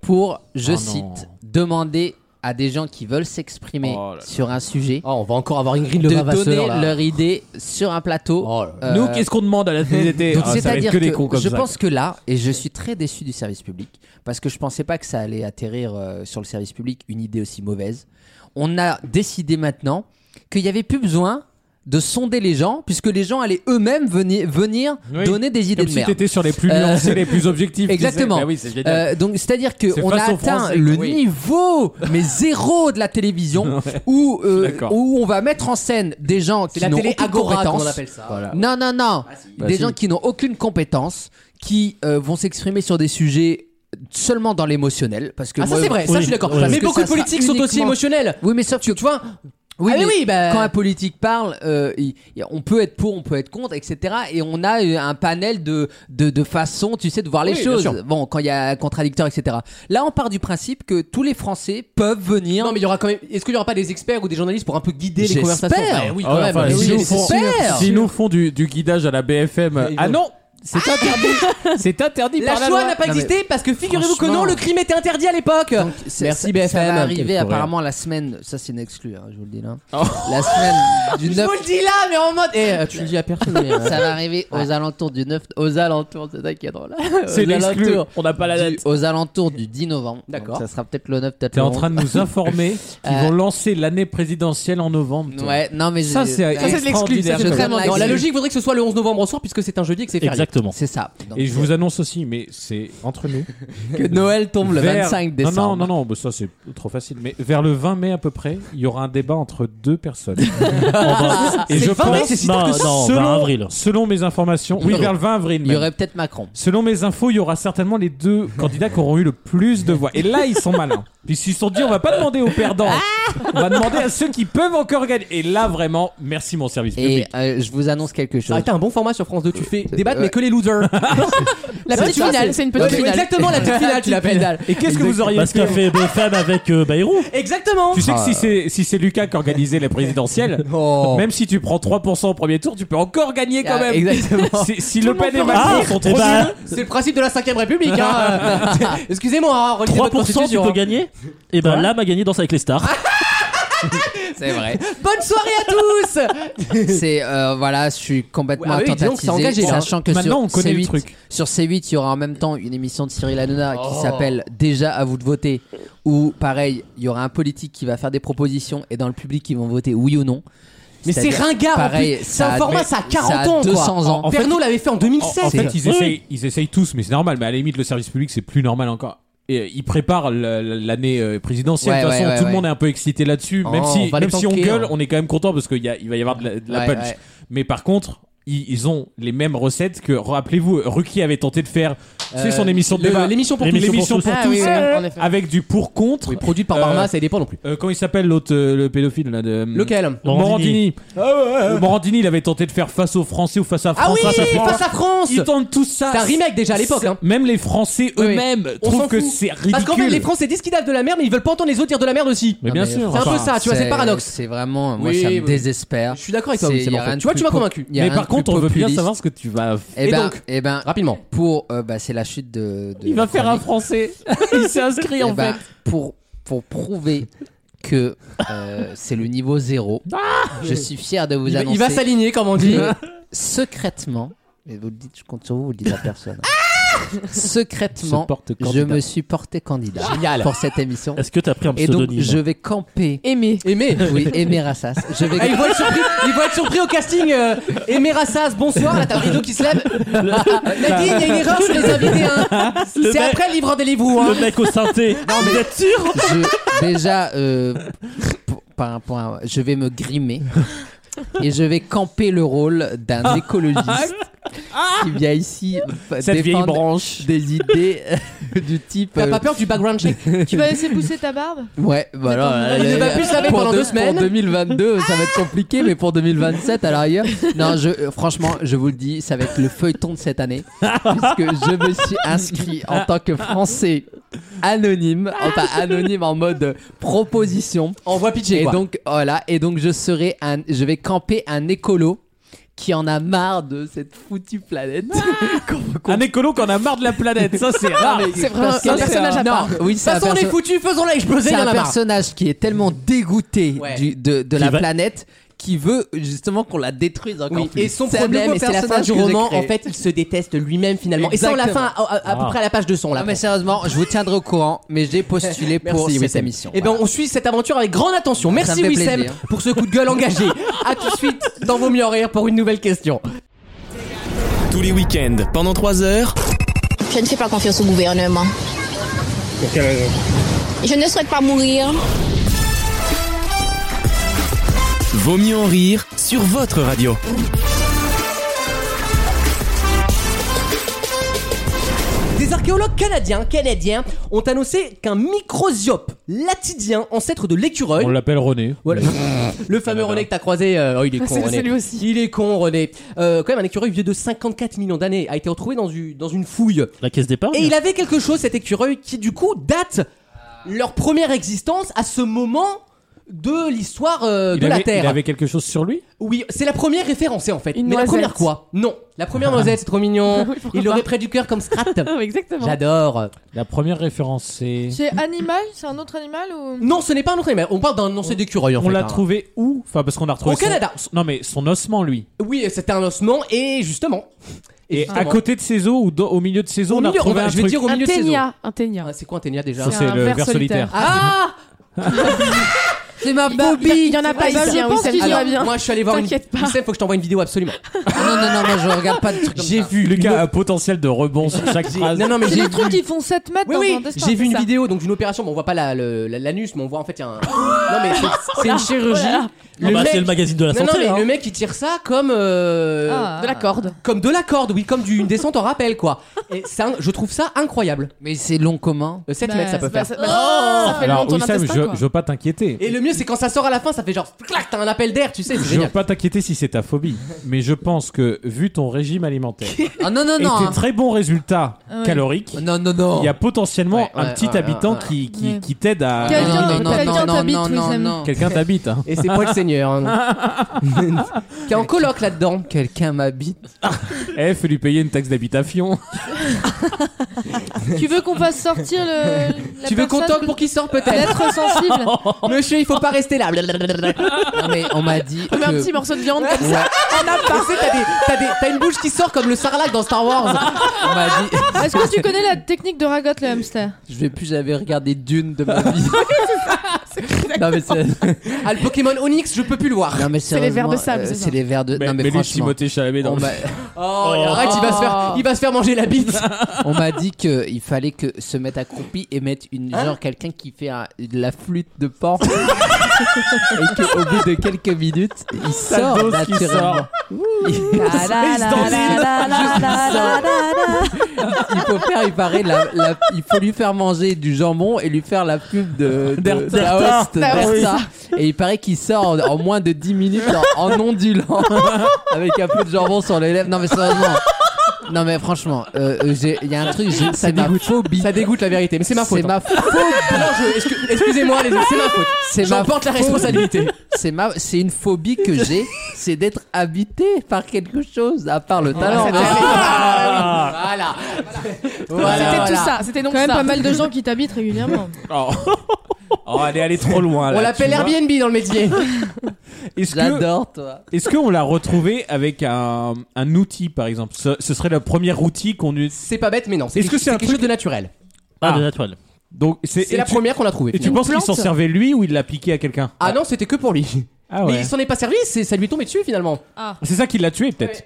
S6: Pour, je
S3: Oh non.
S6: cite, demander à des gens qui veulent s'exprimer
S3: Oh là là.
S6: sur un sujet
S2: Oh, on va encore avoir Ingrid
S6: de
S2: le
S6: donner
S2: Vavasseur là.
S6: leur idée sur un plateau.
S2: Oh là là.
S6: Euh,
S3: Nous, qu'est-ce qu'on demande à la société
S6: donc,
S3: Ah, ça va être
S6: c'est-à-dire
S3: que des cons
S6: que
S3: comme
S6: je
S3: ça.
S6: pense que là, et je suis très déçu du service public, parce que je pensais pas que ça allait atterrir euh, sur le service public une idée aussi mauvaise. On a décidé maintenant qu'il y avait plus besoin de sonder les gens, puisque les gens allaient eux-mêmes venir, venir
S3: Oui.
S6: donner des idées
S3: Comme
S6: de
S3: si
S6: merde.
S3: t'étais sur les plus
S6: Euh,
S3: nuancés, les plus objectifs. tu sais.
S6: exactement.
S3: Bah oui, c'est génial.
S6: Euh, donc c'est-à-dire
S3: C'est
S6: que on a
S3: face aux
S6: atteint
S3: Français,
S6: le
S3: oui.
S6: niveau mais zéro de la télévision où euh,
S3: suis d'accord.
S6: où on va mettre en scène des gens qui
S2: la
S6: n'ont
S2: télé
S6: aucune
S2: Agora,
S6: compétence.
S2: comme on appelle ça. Ah, Voilà.
S6: Non non non,
S3: Bah,
S6: des
S3: si.
S6: gens qui n'ont aucune compétence, qui euh, vont s'exprimer sur des sujets seulement dans l'émotionnel parce que
S2: Ah, ça
S6: moi-
S2: c'est vrai, ça
S4: Oui.
S2: je suis d'accord.
S4: Oui.
S2: Mais
S6: Parce
S2: beaucoup
S6: que
S2: de
S6: ça sera
S2: politiques sont aussi
S6: uniquement-
S2: émotionnels.
S6: Oui mais sauf que
S2: Tu vois,
S6: Oui,
S2: Ah oui,
S6: mais
S2: oui, bah-
S6: quand un politique parle, euh, il- il- on peut être pour, on peut être contre, etc. Et on a euh, un panel de, de, de façons, tu sais, de voir les
S2: Oui, bien
S6: choses.
S2: sûr.
S6: Bon, quand il y a un contradicteur, etc. Là, on part du principe que tous les Français peuvent venir.
S2: Non, mais il y aura quand même. Est-ce qu'il y aura pas des experts ou des journalistes pour un peu guider les
S6: J'espère.
S2: conversations Ouais, Oui,
S3: Ah
S2: quand
S3: ouais,
S2: même.
S3: enfin,
S2: mais oui,
S3: s'ils nous
S2: mais c'est
S3: font-
S2: sûr.
S6: super.
S3: S'ils nous font du, du guidage à la BFM, euh, ah non, c'est interdit, c'est interdit
S2: La
S3: par la
S2: choix
S3: loi.
S2: n'a pas
S6: Non, mais-
S2: existé parce que figurez-vous que non,
S6: Franchement.
S2: le crime était interdit à l'époque.
S6: Donc, c'est-
S2: Merci
S6: ça-
S2: BFM.
S6: Ça va arriver
S3: Quel sourire.
S6: apparemment la semaine. Ça, c'est une exclue, hein, je vous le dis là. La semaine du
S2: Oh.
S6: hein.
S2: Je
S6: 9.
S2: vous le dis là, mais en mode. Eh, euh, tu le dis à personne. mais, euh,
S6: Ça va arriver aux alentours du 9. Aux alentours, c'est ça qui est drôle.
S2: Euh,
S6: Aux
S3: C'est une exclue.
S6: alentours
S3: On n'a pas la
S6: du-
S3: date.
S6: Aux alentours du 10 novembre. Donc,
S2: D'accord.
S6: Ça sera peut-être le 9, peut-être
S3: T'es
S6: le
S3: en
S6: 11.
S3: train de nous informer qu'ils
S6: Euh,
S3: vont lancer l'année présidentielle en novembre. toi.
S6: Ouais, non, mais
S3: Ça,
S6: j'ai-
S3: c'est
S6: Ouais. ça,
S3: extraordinaire.
S6: c'est
S3: comme-
S6: vraiment-
S2: Non, la
S6: c'est-
S2: logique voudrait que ce soit le 11 novembre au soir puisque c'est un jeudi et que c'est férié.
S4: Exactement.
S6: C'est ça. Donc,
S3: Et je vous annonce aussi, mais c'est entre nous.
S6: que Noël tombe le
S3: vers-
S6: 25
S3: Non,
S6: décembre.
S3: Non, non, non, bah ça c'est trop facile. Mais vers le 20 mai à peu près, il y aura un débat entre deux personnes. On
S6: Ah,
S3: va- Et
S2: C'est
S3: je
S2: le 20 mai, c'est si tard
S4: non,
S3: pense-
S4: non,
S3: selon,
S4: 20 avril.
S3: selon mes informations, oui,
S6: Non.
S3: vers le 20 avril.
S6: Il y
S3: même.
S6: aurait peut-être Macron.
S3: Selon mes infos, il y aura certainement les deux candidats qui auront eu le plus de voix. Et là, ils sont malins. Puisqu'ils se sont dit, on va pas demander aux perdants. On va demander à ceux qui peuvent encore gagner. Et là, vraiment, merci mon service
S6: Et
S3: public.
S6: euh, je vous annonce quelque
S2: Ah,
S6: chose.
S2: t'as un bon format sur France 2. Tu fais
S3: Euh,
S2: débattre,
S6: Ouais.
S2: mais que les losers.
S5: La petite
S2: ça,
S5: finale, c'est une petite
S2: Ouais, mais
S5: finale.
S2: Exactement, la petite finale, tu l'appelles.
S3: Et qu'est-ce que vous auriez
S4: Parce qu'a
S3: fait
S4: fait BFM avec euh, Bayrou.
S2: Exactement.
S3: Tu sais que si c'est si c'est Lucas qui organisait les présidentielles,
S2: Oh.
S3: même si tu prends 3% au premier tour, tu peux encore gagner Oh. quand
S6: Ah,
S3: même.
S2: Oh.
S6: exactement.
S3: Si, si Le Pen et Macron
S4: Ah,
S3: sont
S4: eh
S3: trop
S4: ben,
S3: nuls,
S2: C'est le principe de la 5ème République. Hein. Excusez-moi, hein, relisez votre
S4: 3% tu
S2: constitution,
S4: peux
S2: hein.
S4: gagner. Et ben là, m'a gagné Danse avec les stars.
S6: C'est vrai.
S2: Bonne soirée à tous.
S6: C'est euh, voilà, je suis complètement
S2: Ah oui, dis donc,
S6: tentatisé,
S2: c'est engagé, là.
S6: sachant que
S3: Maintenant,
S6: sur
S3: on connaît le
S6: C8,
S3: truc.
S6: Sur C8, il y aura en même temps une émission de Cyril Hanouna
S2: Oh.
S6: qui s'appelle Déjà à vous de voter où pareil, il y aura un politique qui va faire des propositions et dans le public ils vont voter oui ou non.
S2: Mais c'est
S6: C'est-à-dire,
S2: ringard. en
S6: pareil,
S2: plus. C'est
S6: ça
S2: un
S6: a-
S2: format,
S6: mais
S2: ça a
S6: ça
S2: 40
S6: a
S2: ans.
S6: 200
S2: quoi.
S6: ans.
S2: En fait, Pernod l'avait fait en 2016.
S3: En fait, ils
S4: Oui.
S3: essayent, ils essayent tous, mais c'est normal. Mais à la limite, le service public, c'est plus normal encore. Et euh, ils préparent le- le- l'année euh, présidentielle.
S6: Ouais,
S3: de toute
S6: ouais,
S3: façon,
S6: ouais,
S3: tout le
S6: ouais.
S3: monde est un peu excité là-dessus.
S2: Oh,
S3: même
S2: on
S3: si,
S2: va
S3: même
S2: les
S3: si on
S2: tanker,
S3: gueule,
S2: hein.
S3: on est quand même content parce qu'il y a- il va y avoir de la, de la
S6: Ouais,
S3: punch.
S6: ouais.
S3: Mais par contre. Ils ils ont les mêmes recettes que, rappelez-vous, Ruki avait tenté de faire, c'est son émission de
S2: Euh, le-
S3: débat.
S2: l'émission pour
S3: l'émission
S2: tous.
S3: pour tous, Euh,
S5: Ah oui, oui, en effet.
S3: avec du pour-contre.
S2: Oui, produite par Barma, ça y dépend non plus.
S3: Euh, comment il s'appelle l'autre, euh, le pédophile là, de...
S2: Lequel
S3: Morandini. Euh, Morandini, il avait tenté de faire face aux Français ou face à
S2: Ah
S3: France.
S2: oui,
S3: face à France.
S2: face à France.
S3: Ils tentent tout ça.
S2: C'est un remake déjà à l'époque. hein.
S3: Même les Français
S2: oui.
S3: eux-mêmes
S2: On
S3: trouvent
S2: s'en
S3: que
S2: fout.
S3: c'est ridicule.
S2: Parce qu'en fait, les Français disent qu'ils datent de la merde, mais ils veulent pas entendre les autres dire de la merde aussi.
S3: Mais bien
S6: Non, mais
S3: sûr.
S2: Ah, C'est un peu
S3: enfin,
S2: ça, tu vois, c'est paradoxe.
S6: C'est vraiment, moi
S2: Oui,
S6: ça me
S2: oui.
S6: désespère.
S2: Je suis d'accord avec toi, oui, c'est
S6: il y
S2: bon,
S6: a
S2: en
S6: rien
S2: fait.
S6: de
S2: Tu vois, tu
S6: plus
S2: m'as
S6: po-
S2: convaincu.
S6: il y a
S3: Mais
S6: rien
S3: par
S6: de plus
S3: contre, on veut bien
S6: populiste.
S3: savoir ce que tu vas.
S6: Eh
S2: Et
S6: ben,
S2: donc
S6: eh ben,
S2: Rapidement.
S6: pour, euh, bah, c'est la chute de. de-
S3: Il
S2: euh,
S3: va faire un Français. Il s'est
S6: Eh
S3: inscrit en
S6: ben,
S3: fait.
S6: Pour, pour prouver que euh, c'est le niveau zéro, je suis fier de vous
S2: Il va-
S6: annoncer.
S2: il va s'aligner, comme on dit.
S6: secrètement, mais vous le dites, je compte sur vous, vous le dites à personne. secrètement,
S3: Se porte
S6: je
S3: candidat.
S6: me suis porté candidat
S2: Génial.
S6: pour cette émission.
S4: Est-ce que t'as pris un
S6: Et donc,
S4: pseudonyme
S6: je vais camper.
S5: Aimé.
S2: Aimé.
S6: Oui, Aimé Rassas. Je vais
S2: Ah, ils, vont être surpris, ils vont être surpris au casting. Euh, Aimé Rassas, bonsoir. Là, t'as un rideau qui se lève. Nadine, il y a une erreur sur les invités. Hein.
S4: Le
S2: C'est
S4: mec-
S2: après le livreur des livres. Hein.
S4: Le mec au synthé. Vous êtes sûr
S6: je- déjà euh, p- par un point je vais me grimer et je vais camper le rôle
S2: Ah.
S6: d'un écologiste qui vient ici f-
S3: Cette vieille
S6: défendre
S3: branche.
S6: des idées euh, du type
S2: T'as
S6: euh,
S2: pas peur du background check
S5: Tu vas laisser pousser ta barbe
S6: ouais voilà
S2: Il ne va plus se laver
S6: pour,
S2: pendant
S6: de-
S2: deux semaines.
S6: pour 2022 ça va
S5: Ah
S6: être compliqué mais pour 2027 à l'arrière non je euh, franchement je vous le dis ça va être le feuilleton de cette année puisque je me suis inscrit en tant que français anonyme enfin anonyme en mode euh, proposition
S2: On voit pitcher.
S6: et
S2: quoi.
S6: donc voilà, et donc je serai un, je vais camper un écolo qui en a marre de cette foutue planète. Qu'on- qu'on-
S3: Un écolo qu'on a marre de la planète. Ça, c'est rare.
S5: Ah, C'est vraiment
S6: parce que
S5: un
S6: c'est
S5: personnage à
S6: non,
S5: part.
S6: Oui, c'est
S2: De
S6: un,
S2: toute façon, on est
S6: perso-
S2: foutus, faisons-la exploser.
S6: c'est
S2: Il y
S6: un
S2: en a marre.
S6: personnage qui est tellement dégoûté
S2: Ouais.
S6: du- de, de la
S4: va-
S6: planète qui veut justement qu'on la détruise encore
S2: Oui,
S6: plus.
S2: et son
S6: C'est un
S2: problème,
S6: nouveau
S2: et c'est la fin
S6: personnage
S2: du
S6: que j'ai
S2: roman,
S6: créé.
S2: en fait, il se déteste lui-même finalement. Et ça, on l'a
S6: Exactement.
S2: fin à, à- à peu près à la page 200. Là,
S6: Non mais sérieusement, je vous tiendrai au courant, mais j'ai postulé pour cette émission.
S2: Et
S6: Voilà.
S2: ben on suit cette aventure avec grande attention. Merci
S6: me fait
S2: Wissem
S6: plaisir.
S2: pour ce coup de gueule engagé. à tout de suite dans Vos mieux en rire pour une nouvelle question.
S1: Tous les week-ends, pendant 3 heures,
S8: Je ne fais pas confiance au gouvernement. Je ne souhaite pas mourir.
S1: Vaut mieux en rire sur votre radio.
S2: Des Des archéologues canadiens, canadiens ont annoncé qu'un microsiope latidien, ancêtre de l'écureuil,
S3: On l'appelle René.
S2: voilà. le fameux René que t'as croisé, euh, oh, il est
S9: Ah,
S2: con, René.
S5: aussi.
S2: Il est con, René. Euh, quand même, un écureuil vieux de 54 millions d'années a été retrouvé dans, du- dans une fouille.
S9: Oh,
S4: La caisse d'épargne
S2: Et il avait quelque chose, cet écureuil, qui du coup date leur première existence à ce moment de l'histoire euh, de
S3: il,
S2: la
S3: avait,
S2: Terre.
S3: il avait quelque chose sur lui
S2: Oui, c'est la première référencée en fait.
S9: Une
S2: Mais la
S9: noisette.
S2: première quoi Non, la première
S3: Ah.
S2: noisette, c'est trop mignon.
S9: Oui, pourquoi
S2: il l'aurait
S9: pas.
S2: près du cœur comme Strat.
S9: Exactement.
S2: J'adore.
S3: La première référence, c'est.
S5: C'est animal C'est un autre animal ou
S2: Non, ce n'est pas un autre animal. On parle d'un ancêtre d'écureuil en fait.
S3: on l'a
S2: hein.
S3: trouvé où Enfin, parce qu'on a retrouvé.
S2: Au Canada.
S3: son- Non, mais son ossement, lui.
S2: Oui, c'était un ossement et justement.
S3: Et
S2: justement,
S3: à côté de ses os ou dans- au milieu de ses os,
S2: au
S3: on a
S2: milieu, on
S3: retrouvé
S2: va-
S3: un
S2: je vais
S3: truc.
S2: dire au
S9: Un
S2: milieu de ses os.
S9: ténia. Un ténia.
S2: Ah, C'est quoi un ténia déjà
S3: Ça, c'est le ver solitaire.
S2: Ah
S6: C'est ma
S9: Bah,
S6: phobie.
S9: Il y en a pas
S5: Ah, bah, je
S9: ici, hein,
S5: pense
S9: Wissem,
S5: qu'il
S9: ça
S5: y en
S9: va
S5: a-
S9: bien.
S2: Moi je suis allé voir une.
S9: T'inquiète pas.
S2: Wissem, faut que je t'envoie une vidéo absolument.
S6: Non, non, non, moi je regarde pas de trucs.
S2: J'ai vu.
S3: Lucas a un potentiel de rebond sur chaque phrase.
S2: Non, non, mais
S5: C'est
S2: j'ai
S5: des trucs qui font 7 mètres
S2: Oui,
S5: dans
S2: oui,
S5: un destin.
S2: j'ai vu
S5: c'est
S2: une
S5: ça.
S2: vidéo donc d'une opération, mais on voit pas la- le- la- l'anus, mais on voit en fait il y a un. Non mais c'est- c'est une chirurgie.
S4: Ah bah, c'est le magazine de la
S2: Non, non,
S4: santé.
S2: mais
S4: hein.
S2: le mec il tire ça comme euh,
S5: Ah.
S9: De la corde.
S2: comme de la corde, oui, comme d'une descente en rappel quoi. Et ça, je trouve ça incroyable.
S6: Mais c'est long comment
S2: 7
S9: Bah,
S2: mètres ça
S9: c'est
S2: peut
S9: pas- Ça
S2: faire.
S9: bah, ça fait
S3: Alors,
S9: long ton
S3: Wissam,
S9: intestin,
S3: je,
S9: quoi.
S3: je veux pas t'inquiéter.
S2: Et le mieux c'est quand ça sort à la fin, ça fait genre clac, t'as un appel d'air, tu sais, c'est
S3: Je veux
S2: génial.
S3: pas t'inquiéter si c'est ta phobie, mais je pense que vu ton régime alimentaire
S6: Ah non, non,
S3: et
S6: non.
S3: tes
S6: hein.
S3: très bons résultats
S5: Ah ouais.
S3: caloriques,
S6: Non, non, non.
S3: il y a potentiellement
S2: Oh. Ouais,
S3: un
S2: ouais,
S3: petit
S2: ouais,
S3: habitant
S2: ouais, ouais.
S3: qui, qui,
S5: Ouais.
S3: qui t'aide à.
S5: Quel-
S6: Non, non,
S5: quelqu'un-
S6: non,
S5: quelqu'un
S6: non, non,
S5: t'habite,
S6: non, non,
S5: Wissam.
S6: non.
S3: Quelqu'un t'habite. hein.
S2: Et c'est pas le Seigneur hein. qui est en coloc là-dedans.
S6: Ah. Quelqu'un m'habite.
S3: Eh, faut lui payer une taxe d'habitation.
S5: Tu veux qu'on fasse sortir le. la
S2: Tu veux qu'on
S5: personne
S2: toque pour qu'il sorte peut-être
S5: D'être sensible.
S2: Monsieur, il faut pas rester là. Blablabla.
S6: Non, mais on m'a dit.
S9: On met un
S6: que-
S9: petit morceau de viande.
S6: Ouais,
S9: Ah,
S2: Tu sais, t'as des- t'as des- t'as une bouche qui sort comme le sarlac dans Star Wars.
S6: on m'a dit.
S5: Est-ce que tu connais la technique de Ragot le hamster
S6: Je vais plus jamais regarder Dune de ma vie. non, mais c'est.
S2: Ah, le Pokémon Onyx, je peux plus le voir.
S6: Non, mais
S9: C'est les vers de sable,
S6: sérieusement,
S9: c'est
S6: euh,
S9: ça.
S6: C'est les vers de.
S3: Mais,
S6: Non, mais,
S3: mais lui,
S6: franchement.
S3: Timothée Chalamet dans
S6: On
S3: le-
S6: m'a-
S2: Oh, arrête, il va se faire, il va se faire manger la bite.
S6: on m'a dit qu'il fallait que se mettre accroupi et mettre une genre quelqu'un qui fait un- de la flûte de porc et qu'au bout de quelques minutes il sort
S3: dose qui
S6: naturellement.
S9: La, la, la, la, la, la, la, la, la, la.
S6: il faut faire, il paraît, la- la- il faut lui faire manger du jambon et lui faire la pub de, de- de la host, d'Erta. Et il paraît qu'il sort en, en moins de 10 minutes en, en ondulant avec un peu de jambon sur les lèvres. Non mais sérieusement. Non mais franchement, euh, euh, j'ai- il y a un truc, j'ai- c'est ma phobie.
S2: Ça dégoûte la vérité, mais c'est ma faute. hein.
S6: C'est ma phobie.
S2: Non, je- excu- Excusez-moi, les c'est ma faute.
S6: C'est ma
S2: J'emporte la responsabilité.
S6: C'est ma, c'est une phobie que j'ai, c'est d'être habité par quelque chose, à part le
S3: Bah
S6: talent. Ah, mais-
S3: Ah.
S2: Voilà.
S9: C'était
S2: Voilà.
S9: tout ça. C'était donc
S5: Quand même
S9: ça.
S5: pas mal de gens qui t'habitent régulièrement.
S3: Oh. Oh, elle est allée trop loin. Là,
S2: On l'appelle
S3: tu vois.
S2: Airbnb dans le métier.
S3: Est-ce que-
S6: J'adore toi.
S3: est-ce qu'on l'a retrouvé avec un, un outil, par exemple ce, ce serait le premier outil qu'on utilise.
S2: C'est pas bête, mais non. C'est
S3: Est-ce que
S2: quelque-
S3: c'est
S2: c'est
S3: un
S2: quelque chose de naturel
S4: Ah,
S3: Ah.
S4: de naturel.
S3: Donc
S2: C'est la
S3: et tu-
S2: première qu'on a trouvée.
S3: Et tu
S2: finalement.
S3: penses qu'il s'en servait lui ou il l'appliquait à quelqu'un
S2: Ah non, c'était que pour lui.
S3: Ah
S2: Mais il s'en est pas servi, c'est- ça lui est tombé dessus finalement.
S9: Ah.
S5: Ah.
S3: C'est ça qui l'a tué peut-être.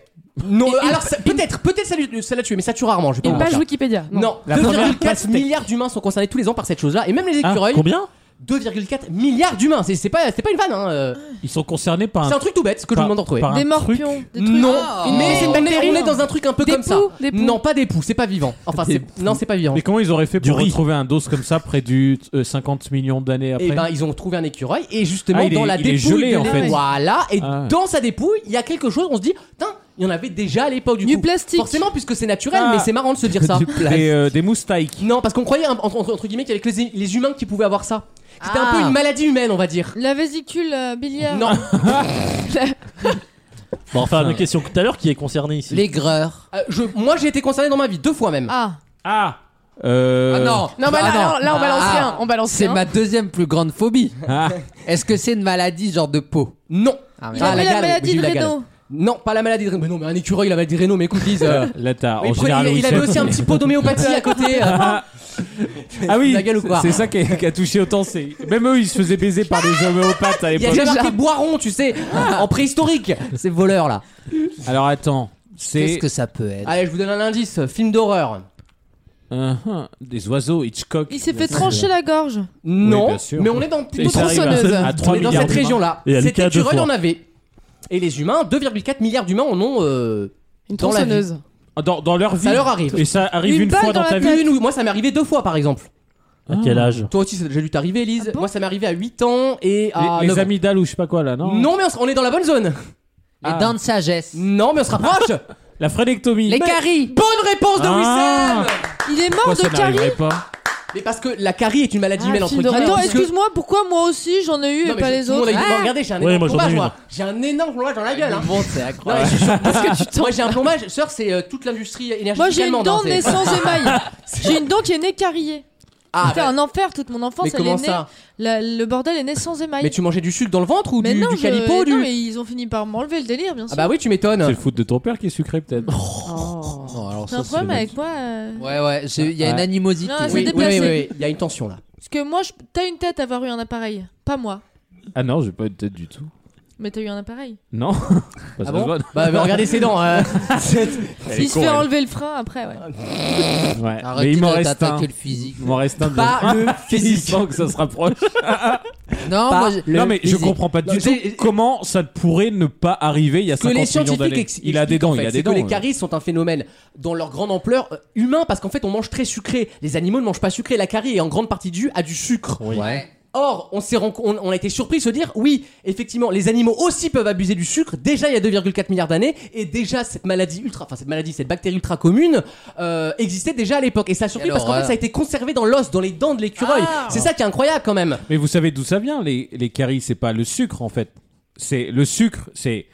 S2: Non,
S3: euh,
S2: alors ça- peut-être, peut-être ça lui- ça l'a tué, mais ça tue rarement, je vais pas
S9: Une
S2: vous
S9: page
S2: mentir.
S9: Wikipédia.
S2: Non,
S3: La première
S2: 2,4
S3: pastèque.
S2: milliards d'humains sont concernés tous les ans par cette chose-là, et même les
S3: Hein,
S2: écureuils.
S4: Combien
S2: 2,4 milliards d'humains, c'est c'est pas, c'est pas une vanne, hein. euh.
S3: Ils sont concernés par
S2: C'est
S3: un.
S2: un truc tout bête ce que je
S3: par-
S2: vous demande de retrouver.
S3: Ah. par un
S5: Des
S3: truc.
S5: morpions. Des trucs. Ah.
S2: Non,
S6: Oh.
S2: mais
S6: C'est une
S2: on est- on
S9: bactérie.
S2: est dans un truc un peu
S9: Des
S2: comme ça.
S9: poux, des poux.
S2: Non, pas des poux, c'est pas vivant. Enfin,
S6: Des
S2: c'est non, c'est pas vivant.
S3: Mais comment ils auraient fait
S4: Du
S3: pour
S4: riz.
S3: retrouver un dos comme ça près du euh, 50 millions d'années après
S2: Et ben, ils ont trouvé un écureuil et justement
S3: Ah, il
S2: dans
S3: est-
S2: la
S3: il est
S2: dépouille,
S3: gelé,
S2: de
S3: en
S2: l'é-
S3: fait.
S2: voilà, et
S3: Ah.
S2: dans sa dépouille, il y a quelque chose. On se dit, putain, il y en avait déjà à l'époque du,
S5: Du
S2: coup.
S5: plastique.
S2: Forcément, puisque c'est naturel,
S3: Ah.
S2: mais c'est marrant de se dire ça.
S3: Du plat. Des, euh, des moustiques.
S2: Non, parce qu'on croyait entre, entre- entre guillemets qu'il y avait que les, les humains qui pouvaient avoir ça. C'était un
S6: Ah.
S2: peu une maladie humaine, on va dire.
S5: La vésicule euh, biliaire.
S2: Non,
S4: Bon, enfin, une question tout à l'heure qui est concernée ici.
S6: L'aigreur.
S2: Euh, je- moi j'ai été concerné dans ma vie deux fois même.
S5: Ah,
S3: Ah. Euh...
S6: Ah non.
S9: Non, bah
S6: Ah
S9: là, là, là, on balance
S6: Ah.
S9: rien. On balance
S6: C'est
S9: rien.
S6: ma deuxième plus grande phobie.
S3: Ah.
S6: Est-ce que c'est une maladie genre de peau
S2: Non,
S6: Ah,
S5: il
S6: merde.
S2: Ah, la
S5: avait la,
S2: gale, oui,
S5: maladie de
S2: la gale.
S5: Raynaud.
S2: non, pas la maladie de Raynaud. Mais non, mais un écureuil, la maladie de Raynaud, mais écoute, Lise. euh,
S3: Là, t'as
S2: mais
S3: en
S2: pre-
S3: général.
S2: il, il avait aussi un petit pot d'homéopathie à côté. euh.
S3: Ah oui,
S2: la gueule ou quoi
S3: c'est ça qui a, qui a touché autant. c'est- Même eux, ils se faisaient baiser par des homéopathes à
S2: Il y a
S3: l'époque.
S2: déjà marqué Boiron, tu sais, en préhistorique, ces voleurs là.
S3: Alors attends,
S6: Qu'est-ce
S3: c'est
S6: que ça peut être
S2: Allez, je vous donne un indice film d'horreur.
S3: Euh, hein, des oiseaux Hitchcock.
S5: Il s'est fait trancher la gorge.
S2: Non,
S3: bien sûr.
S2: mais on est dans
S3: Et
S2: plutôt
S3: ça arrive à-
S9: tronçonneuse.
S3: à
S2: On
S3: 3
S2: est dans
S3: milliards
S2: cette
S3: d'humains.
S2: région là.
S4: Et à
S2: Cet
S4: Lucas, deux
S2: écureuil
S4: fois.
S2: en avait. Et les humains, 2,4 milliards d'humains en ont. euh,
S9: Une
S2: Dans la vie.
S9: tronçonneuse.
S3: Ah, dans, dans leur vie.
S2: Ça leur arrive.
S3: Et ça arrive
S5: Une
S3: une, fois
S5: balle
S3: dans
S5: dans
S3: ta
S5: la
S3: vie.
S2: Une ou- moi, ça m'est arrivé deux fois, par exemple.
S3: Ah.
S4: À quel âge
S2: Toi aussi, ça a déjà dû t'arriver, Elise.
S5: Ah
S2: moi, ça m'est arrivé à 8 ans et
S3: Les,
S2: à.
S3: les
S2: neuf ans.
S3: amygdales ou je sais pas quoi là, non
S2: Ah, Non, mais on, se- on est dans la bonne zone.
S6: Les dents de sagesse.
S2: Non, mais on se rapproche.
S3: La frénectomie.
S6: Les caries.
S2: Bonne réponse de
S3: Ah.
S2: Wissem
S5: Il est mort
S3: Pourquoi ça
S5: de carie
S3: n'arriverait pas
S2: Mais parce que la carie est une
S5: Ah,
S2: maladie humaine, entre guillemets.
S5: Attends,
S2: puisque-
S5: excuse-moi, pourquoi moi aussi j'en ai eu
S2: Ah, Non,
S5: et
S2: mais
S5: pas
S2: je-
S5: les
S2: tout le monde
S5: autres
S2: a eu-
S5: Ah,
S2: Regardez, j'ai un
S4: Ouais,
S2: énorme
S4: moi, j'en ai
S2: plombage,
S4: une.
S2: moi. J'ai un énorme plombage dans la gueule. hein.
S6: Bon, c'est
S2: Non,
S6: incroyable.
S2: mais je suis chaud parce que tu t'en- Moi j'ai un plombage, sœur, c'est euh, toute l'industrie énergétique
S5: Ah. Moi j'ai une
S2: allemande,
S5: dent
S2: hein,
S5: mais
S2: c'est-
S5: sans émail. J'ai une dent qui est née carriée.
S2: Ah,
S5: C'était
S2: bah,
S5: un enfer toute mon enfance.
S2: mais
S5: elle est
S2: comment
S5: née-
S2: ça
S5: la- le bordel est né sans émail.
S2: Mais tu mangeais du sucre dans le ventre ou
S5: Mais
S2: du,
S5: non,
S2: du
S5: je-
S2: calipo
S5: non,
S2: du...
S5: mais ils ont fini par m'enlever le délire, bien
S2: Ah
S5: sûr.
S2: bah oui, tu m'étonnes.
S3: C'est le foot de ton père qui est sucré peut-être.
S2: Oh.
S6: Non, alors
S5: T'as un
S6: ça, c'est-
S5: problème avec moi euh,
S6: Ouais, ouais, j'ai- il y a une
S2: Ah.
S3: Ouais.
S6: animosité.
S5: Non, Ah, c'est
S2: Oui, oui, oui,
S5: déplacé.
S2: oui, il y a une tension là. Ah
S5: Parce que moi, je- t'as une tête à avoir eu un appareil. Pas moi.
S3: Ah non, j'ai pas eu de tête du tout.
S5: Mais t'as eu un appareil.
S3: Non. Bah, ça
S2: Ah bon
S3: se voit.
S2: Bah, mais regardez ses dents. euh, c'est-
S3: Elle est
S5: Il se
S3: con,
S5: fait
S3: elle.
S5: enlever le frein après, ouais.
S3: Ouais. Mais
S6: Arrêtez
S3: il m'en
S6: de
S3: reste un.
S6: t'attaquer le physique.
S3: Il m'en reste un. bien
S2: Pas le physique.
S3: physiquement que ça se rapproche.
S6: Non, moi, je-
S3: non mais je
S6: physique.
S3: comprends pas du
S2: Non,
S3: tout
S2: j'ai-
S3: comment ça ne pourrait ne pas arriver il y a
S2: que
S3: 50
S2: les
S3: millions
S2: scientifiques
S3: d'années.
S2: ex-
S3: Il a des
S2: expliquent, en
S3: dents, il
S2: fait,
S3: a
S2: c'est
S3: des dents. euh.
S2: que les
S3: ouais.
S2: caries sont un phénomène dans leur grande ampleur euh, humain parce qu'en fait on mange très sucré. Les animaux ne mangent pas sucré. La carie est en grande partie due à du sucre.
S6: Ouais.
S2: Or, on, s'est renco- on, on a été surpris de se dire, oui, effectivement, les animaux aussi peuvent abuser du sucre, déjà il y a 2,4 milliards d'années, et déjà cette maladie ultra, enfin cette maladie, cette bactérie ultra commune, euh, existait déjà à l'époque. Et ça a surpris
S6: Quelle
S2: parce qu'en fait
S6: horreur.
S2: ça a été conservé dans l'os, dans les dents de l'écureuil.
S3: Ah.
S2: C'est ça qui est incroyable quand même.
S3: Mais vous savez d'où ça vient les, les caries, c'est pas le sucre en fait. C'est le sucre, c'est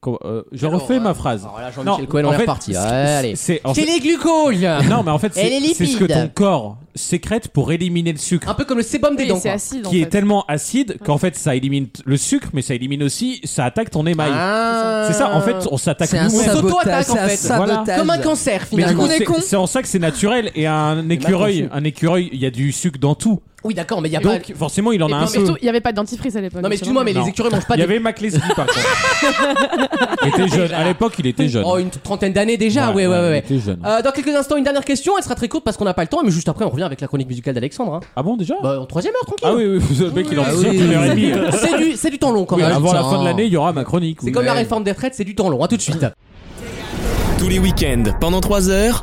S3: comment- euh, je
S6: Alors,
S3: refais
S6: euh,
S3: ma phrase.
S2: Alors là,
S3: Non,
S2: Jean-Michel Cohen, on
S3: en
S2: est
S3: fait,
S2: reparti.
S3: c'est-
S2: Ouais, allez.
S3: C'est en
S2: C'est
S3: fait-
S2: les glucoses
S3: non mais en fait
S2: Elle est
S3: c'est c'est ce que
S2: lipide.
S3: ton corps sécrète pour éliminer le sucre.
S2: Un peu comme le sébum des
S9: Oui,
S2: dents.
S9: c'est
S2: quoi.
S9: acide en
S3: qui est
S9: fait.
S3: tellement acide qu'en fait ça élimine t- le sucre mais ça élimine aussi ça attaque ton émail.
S6: Ah.
S3: C'est ça en fait on s'attaque
S6: C'est un
S3: nous-mêmes.
S2: sabotage,
S6: sabotage.
S2: s'auto-attaque, en
S6: C'est un
S2: fait.
S6: sabotage.
S2: Comme un cancer
S3: Mais du
S2: finalement.
S3: coup,
S6: On est
S3: c'est-
S6: con.
S3: c'est en ça que c'est naturel et un écureuil, un écureuil, il y a du sucre dans tout.
S2: Oui d'accord, mais il y a
S3: Donc
S2: pas...
S3: forcément, il en
S9: Et
S3: a un
S9: puis
S3: peu.
S9: surtout, il n'y avait pas de dentifrice à l'époque.
S2: Non mais excuse-moi, mais
S3: Non.
S2: les écureuils mangent pas
S3: Il y
S2: de...
S3: avait McLeesby par contre. il était jeune. À l'époque, il était jeune.
S2: Oh, une trentaine d'années déjà, ouais, ouais, ouais. ouais.
S3: Il était jeune.
S2: Euh, dans quelques instants, une dernière question. Elle sera très courte parce qu'on n'a pas le temps. Mais juste après, on revient avec la chronique musicale d'Alexandre. hein.
S3: Ah bon déjà
S2: Bah, en troisième heure, tranquille.
S3: Ah oui, oui, le mec il en
S6: Ah
S3: fait
S6: oui.
S3: une heure et demie.
S2: C'est du, c'est du temps long quand
S3: Oui,
S2: même.
S3: Avant la
S6: Attends.
S3: fin de l'année, il y aura ma chronique.
S2: C'est
S3: oui.
S2: comme la réforme des retraites, c'est du temps long. À tout de suite.
S1: Tous les week-ends, pendant 3 heures,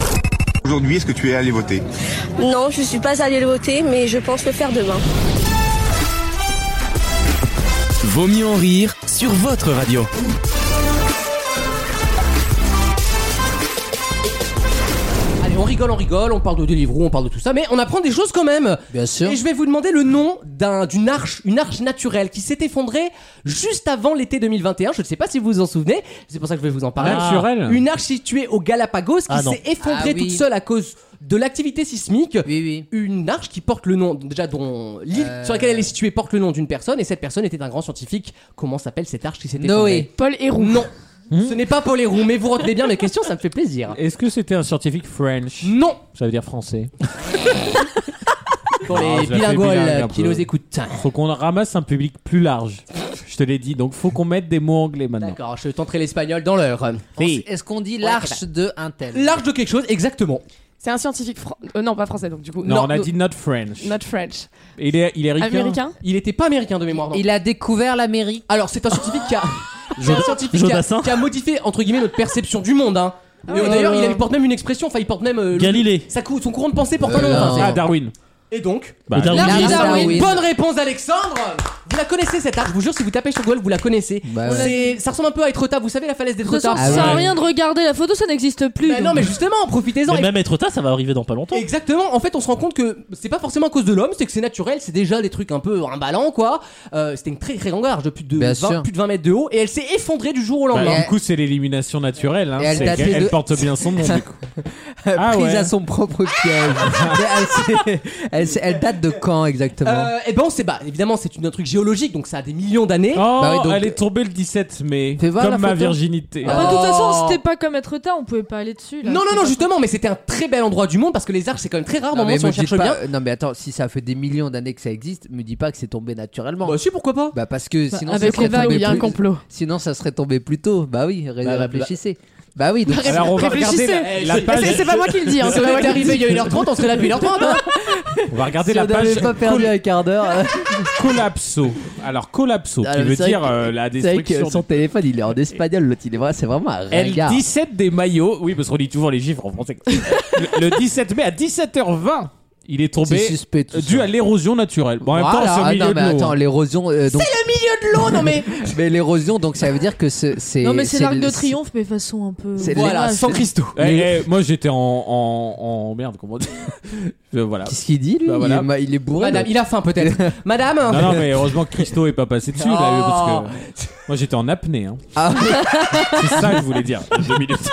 S10: Aujourd'hui, est-ce que tu es allé voter
S8: Non, je suis pas allée le voter, mais je pense le faire demain.
S1: Vaut mieux en rire sur votre radio.
S2: Allez, on rigole, on rigole. On parle de Deliveroo, on parle de tout ça. Mais on apprend des choses quand même.
S6: Bien sûr.
S2: Et je vais vous demander le nom d'un- d'une arche, une arche naturelle qui s'est effondrée juste avant l'été 2021. Je ne sais pas si vous vous en souvenez. C'est pour ça que je vais vous en parler.
S3: Naturel.
S2: Une arche située aux Galapagos qui
S4: Ah, non.
S2: s'est effondrée
S6: Ah, oui.
S2: toute seule à cause de l'activité sismique.
S6: Oui, oui.
S2: une arche qui porte le nom déjà dont l'île
S6: Euh.
S2: sur laquelle elle est située porte le nom d'une personne et cette personne était un grand scientifique. Comment s'appelle cette arche qui s'est
S6: Noé.
S9: Paul Héroux.
S2: effondrée Non,
S3: Hmm.
S2: ce n'est pas Paul Héroux, mais vous retenez bien mes questions, ça me fait plaisir.
S3: Est-ce que c'était un scientifique French
S2: Non
S3: Ça veut dire français.
S2: pour
S3: Ah,
S2: les
S3: je la fais bilingue un
S2: bilingoles qui
S3: peu.
S2: nous écoutent.
S3: Faut qu'on ramasse un public plus large. Je te l'ai dit, donc faut qu'on mette des mots anglais maintenant.
S2: D'accord, je tenterai l'espagnol dans l'heure.
S3: Oui.
S6: Est-ce qu'on dit l'arche de un tel
S2: L'arche de quelque chose, exactement.
S9: C'est un scientifique. fran- euh, non, pas français donc du coup.
S3: Non, on a
S9: no-
S3: dit not French.
S9: Not French.
S3: Et Il est, il est ricain.
S9: Américain
S2: Il n'était pas américain de mémoire. non.
S6: Il a découvert l'Amérique.
S2: Alors c'est un scientifique qui a, c'est un scientifique qui a-
S4: Jodassin
S2: qui a modifié entre guillemets notre perception du monde. Hein.
S9: Ah
S2: Et, euh,
S9: ouais.
S2: D'ailleurs, il, il porte même une expression, enfin il porte même euh,
S4: Galilée.
S2: sa cou- son courant de pensée porte un nom.
S6: Euh,
S2: enfin,
S6: non.
S2: c'est-
S3: Ah, Darwin.
S2: Et donc,
S4: Bah,
S3: Darwin.
S4: Darwin.
S6: Darwin. Darwin.
S2: Bonne réponse d'Alexandre Vous la connaissez cette arche, je vous jure, si vous tapez sur Google, vous la connaissez.
S6: Bah ouais.
S2: C'est- Ça ressemble un peu à Etretat, vous savez la falaise
S5: De toute façon,
S2: d'Etretat
S6: Ah
S5: ça sert à
S6: ouais.
S5: rien de regarder la photo, ça n'existe plus.
S2: Mais Non mais justement, profitez-en
S4: Mais même être tard, ça va arriver dans pas longtemps.
S2: Exactement, en fait on se rend compte que c'est pas forcément à cause de l'homme, c'est que c'est naturel, c'est déjà des trucs un peu emballants quoi. Euh, C'était une très très grande arche de plus de,
S6: Bien
S2: 20,
S6: sûr.
S2: plus de 20 mètres de haut et elle s'est effondrée du jour au
S3: Bah,
S2: lendemain.
S3: du coup, c'est l'élimination naturelle. Hein.
S6: Et elle
S3: C'est
S6: t'a
S3: qu'elle-
S6: fait
S3: elle
S6: de-
S3: porte bien son nom. du coup. Ah
S6: Prise
S3: ouais.
S6: à son propre piège. Mais elle, s'est- elle s'est- elle date de quand exactement
S2: Euh, et ben on sait pas, évidemment c'est une- un truc géologique donc ça a des millions d'années.
S3: Oh,
S6: Bah oui, donc-
S3: elle est tombée le 17 mai.
S6: Fais voir
S3: Comme
S6: la
S3: ma
S6: photo. Ah.
S3: virginité.
S5: Après, de toute
S2: Oh.
S5: façon, c'était pas comme être tard, on pouvait pas aller dessus. là.
S2: Non, non,
S5: C'était
S2: non,
S5: pas-
S2: justement, mais c'était un très bel endroit du monde parce que les arches c'est quand même très rare,
S6: Non,
S2: moment
S6: mais
S2: si on
S6: me dis
S2: cherche bien.
S6: pas- non, mais attends, si ça fait des millions d'années que ça existe, me dis pas que c'est tombé naturellement.
S2: Bah si, pourquoi pas
S6: Bah parce que
S9: Bah,
S6: sinon
S9: Avec
S6: ça
S9: les
S6: serait
S9: vagues,
S6: tombé
S9: il y a un
S6: plus...
S9: complot.
S6: sinon ça serait tombé plus tôt. Bah oui, ré-
S2: Bah, bah,
S6: réfléchissez. Bah oui, donc
S3: Alors on va regarder
S9: Réfléchissez.
S3: la, la
S9: Ah,
S3: page.
S9: c'est- C'est pas moi qui le dis. hein,
S2: Si
S9: c'est
S2: on
S9: pas moi
S2: était
S9: qui le
S2: arrivé
S9: dis.
S2: il y a 1h30, on serait là depuis 1h30. hein.
S3: On va regarder
S6: Si
S3: la
S6: on n'avait
S3: page
S6: pas perdu un quart d'heure. euh,
S3: collapso. Alors collapso,
S6: Ah,
S3: qui
S6: mais
S3: veut
S6: c'est vrai
S3: dire
S6: que-
S3: euh, la
S6: C'est vrai que
S3: destruction.
S6: son téléphone, il est en espagnol, l'autre, il est vrai, c'est vraiment un regard.
S3: L17 des maillots. Oui, parce qu'on dit toujours les chiffres en français. le, le 17 mai à 17h20, il est tombé
S6: C'est suspect tout
S3: dû
S6: ça.
S3: à l'érosion naturelle. Bon, en même temps,
S6: Voilà,
S3: c'est au
S6: ah,
S3: milieu
S6: non, mais
S3: de l'eau.
S6: attends,
S3: hein.
S6: l'érosion. euh, donc-
S2: milieu de l'eau, non mais.
S6: mais l'érosion, donc ça veut dire que ce- c'est.
S5: Non, mais c'est l'arc
S6: le-
S5: de triomphe, mais façon un peu.
S6: C'est
S5: Voilà,
S6: les-
S5: c'est-
S6: sans Christo.
S3: Eh, eh, moi, j'étais en, en, en merde, comment dire. Voilà.
S6: Qu'est-ce qu'il dit, lui
S3: Bah, voilà.
S6: il, est, ma- il est bourré.
S2: Madame,
S6: donc.
S2: il a faim peut-être. Madame
S3: Non, non, mais heureusement que Christo est pas passé dessus, là,
S6: Oh.
S3: parce que moi j'étais en apnée. hein.
S6: Ah,
S3: C'est ça que je voulais dire. Deux minutes.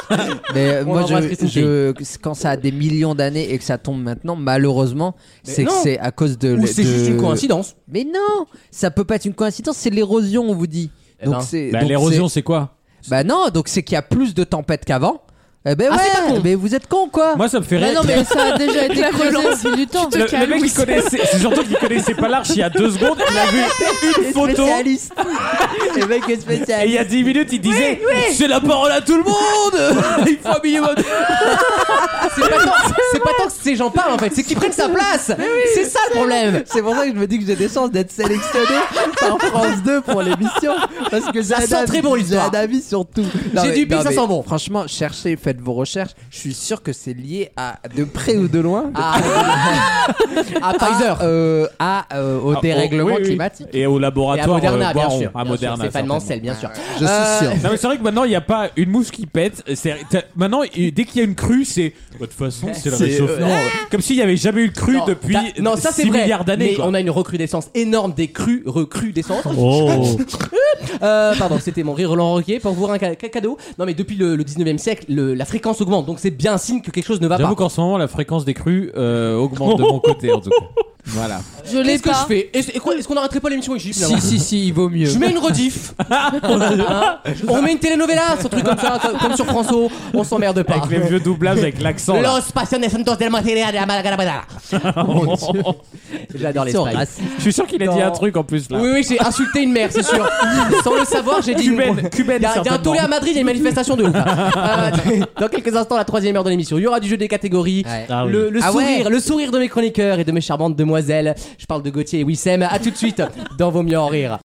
S6: mais euh,
S2: On
S6: moi,
S2: l'embrasse,
S6: je,
S2: Christine.
S6: je- quand ça a des millions d'années et que ça tombe maintenant, malheureusement, c'est que
S2: non.
S6: c'est à cause de.
S2: Ou
S6: de-
S2: c'est juste une coïncidence.
S6: Mais non, ça peut pas être une coïncidence, c'est l'érosion, on vous dit.
S2: Eh
S6: Donc
S2: ben.
S6: c'est.
S3: Bah,
S6: donc
S3: l'érosion, c'est quoi
S6: c'est- Bah non, donc c'est qu'il y a plus de tempêtes qu'avant. Eh ben
S2: Ah,
S6: ouais,
S2: c'est pas con.
S6: mais vous êtes con quoi.
S3: Moi, ça me fait
S5: Mais
S3: rire.
S5: non, mais ça a déjà été creusé au fil du temps.
S3: Le, le mec, il connaissait, c'est surtout qu'il connaissait pas l'arche il y a deux secondes, il a vu une photo et
S6: Spécialiste. Le mec est spécialiste.
S3: il y a dix minutes il disait C'est la parole à tout le
S6: Ah,
S3: monde Il faut un minimum
S2: C'est pas, tant, c'est pas tant que ces gens parlent en fait, c'est qu'ils prennent sa place. c'est ça le problème.
S6: C'est pour ça que je me dis que j'ai des chances d'être sélectionné par France 2 pour l'émission. Parce que j'ai
S2: Ça
S6: un
S2: sent
S6: avis-
S2: très bon,
S6: j'ai
S2: l'histoire.
S6: un avis sur tout. Non,
S2: J'ai
S6: mais-
S2: du pis,
S6: non,
S2: ça
S6: mais
S2: sent bon.
S6: Franchement, cherchez, faites vos recherches. Je suis sûr que c'est lié à de près ou de loin.
S2: Ah,
S6: À Pfizer. à, euh,
S3: Ah,
S6: au dérèglement climatique.
S3: oh, Et au
S2: et à
S3: laboratoire.
S2: Moderna,
S3: euh,
S2: bien
S3: Boiron.
S2: sûr.
S3: À
S2: Bien sûr,
S3: Moderna.
S2: Stéphane
S3: certainement.
S2: Mancel, bien sûr. Euh,
S6: Je suis sûr.
S3: Non, mais c'est vrai que maintenant il n'y a pas une mousse qui pète. C'est- t'as- Maintenant, il- dès qu'il y a une crue, c'est. Bah, De toute façon, c'est le
S6: C'est,
S3: réchauffement.
S6: euh,
S3: Comme s'il n'y avait jamais eu de crue
S2: Non,
S3: depuis
S2: t'as- non, ça c'est
S3: 6
S2: vrai.
S3: milliards
S2: mais
S3: d'années. quoi.
S2: on a une recrudescence énorme des crues, recrudescence.
S4: Oh
S2: Euh, pardon, c'était mon rire Roland Roquet pour vous un ca- ca- cadeau. Non, mais depuis le, le 19e siècle, le- la fréquence augmente, donc c'est bien un signe que quelque chose ne va
S3: J'avoue
S2: pas.
S3: qu'en ce moment, la fréquence des crues euh, augmente de mon côté en tout cas. Voilà.
S5: Je l'ai
S2: Qu'est-ce que
S5: pas.
S2: je fais Est-ce et quoi- est-ce qu'on arrêterait pas l'émission avec Gilles
S6: Si, si, si, il vaut mieux.
S2: Je mets une rediff. Hein on met une telenovela, un truc comme ça, comme, comme sur François. On s'emmerde pas.
S3: Avec les vieux doublages avec l'accent. là.
S2: Los pasiones son dos del material de la Malagarabada. Oh,
S6: Mon Dieu.
S2: J'adore les
S6: Ils sont
S2: Spice.
S6: racistes.
S3: Je suis sûr qu'il a dit
S6: Non.
S3: un truc en plus là.
S2: Oui, oui, j'ai insulté une mère, c'est sûr. Sans le savoir, j'ai dit.
S3: Cubaine, cubaine,
S2: Il y a- il y a un
S3: certainement.
S2: tollé à Madrid, il y a une manifestation de ouf. là. Euh, dans quelques instants, la troisième heure de l'émission. Il y aura du jeu des catégories.
S6: Ouais.
S4: Ah oui.
S2: Le, le
S6: Ah ouais.
S2: sourire, le sourire de mes chroniqueurs et de mes charmantes demoiselles. Je parle de Gauthier et Wissem. À tout de suite dans Vos mieux en rire.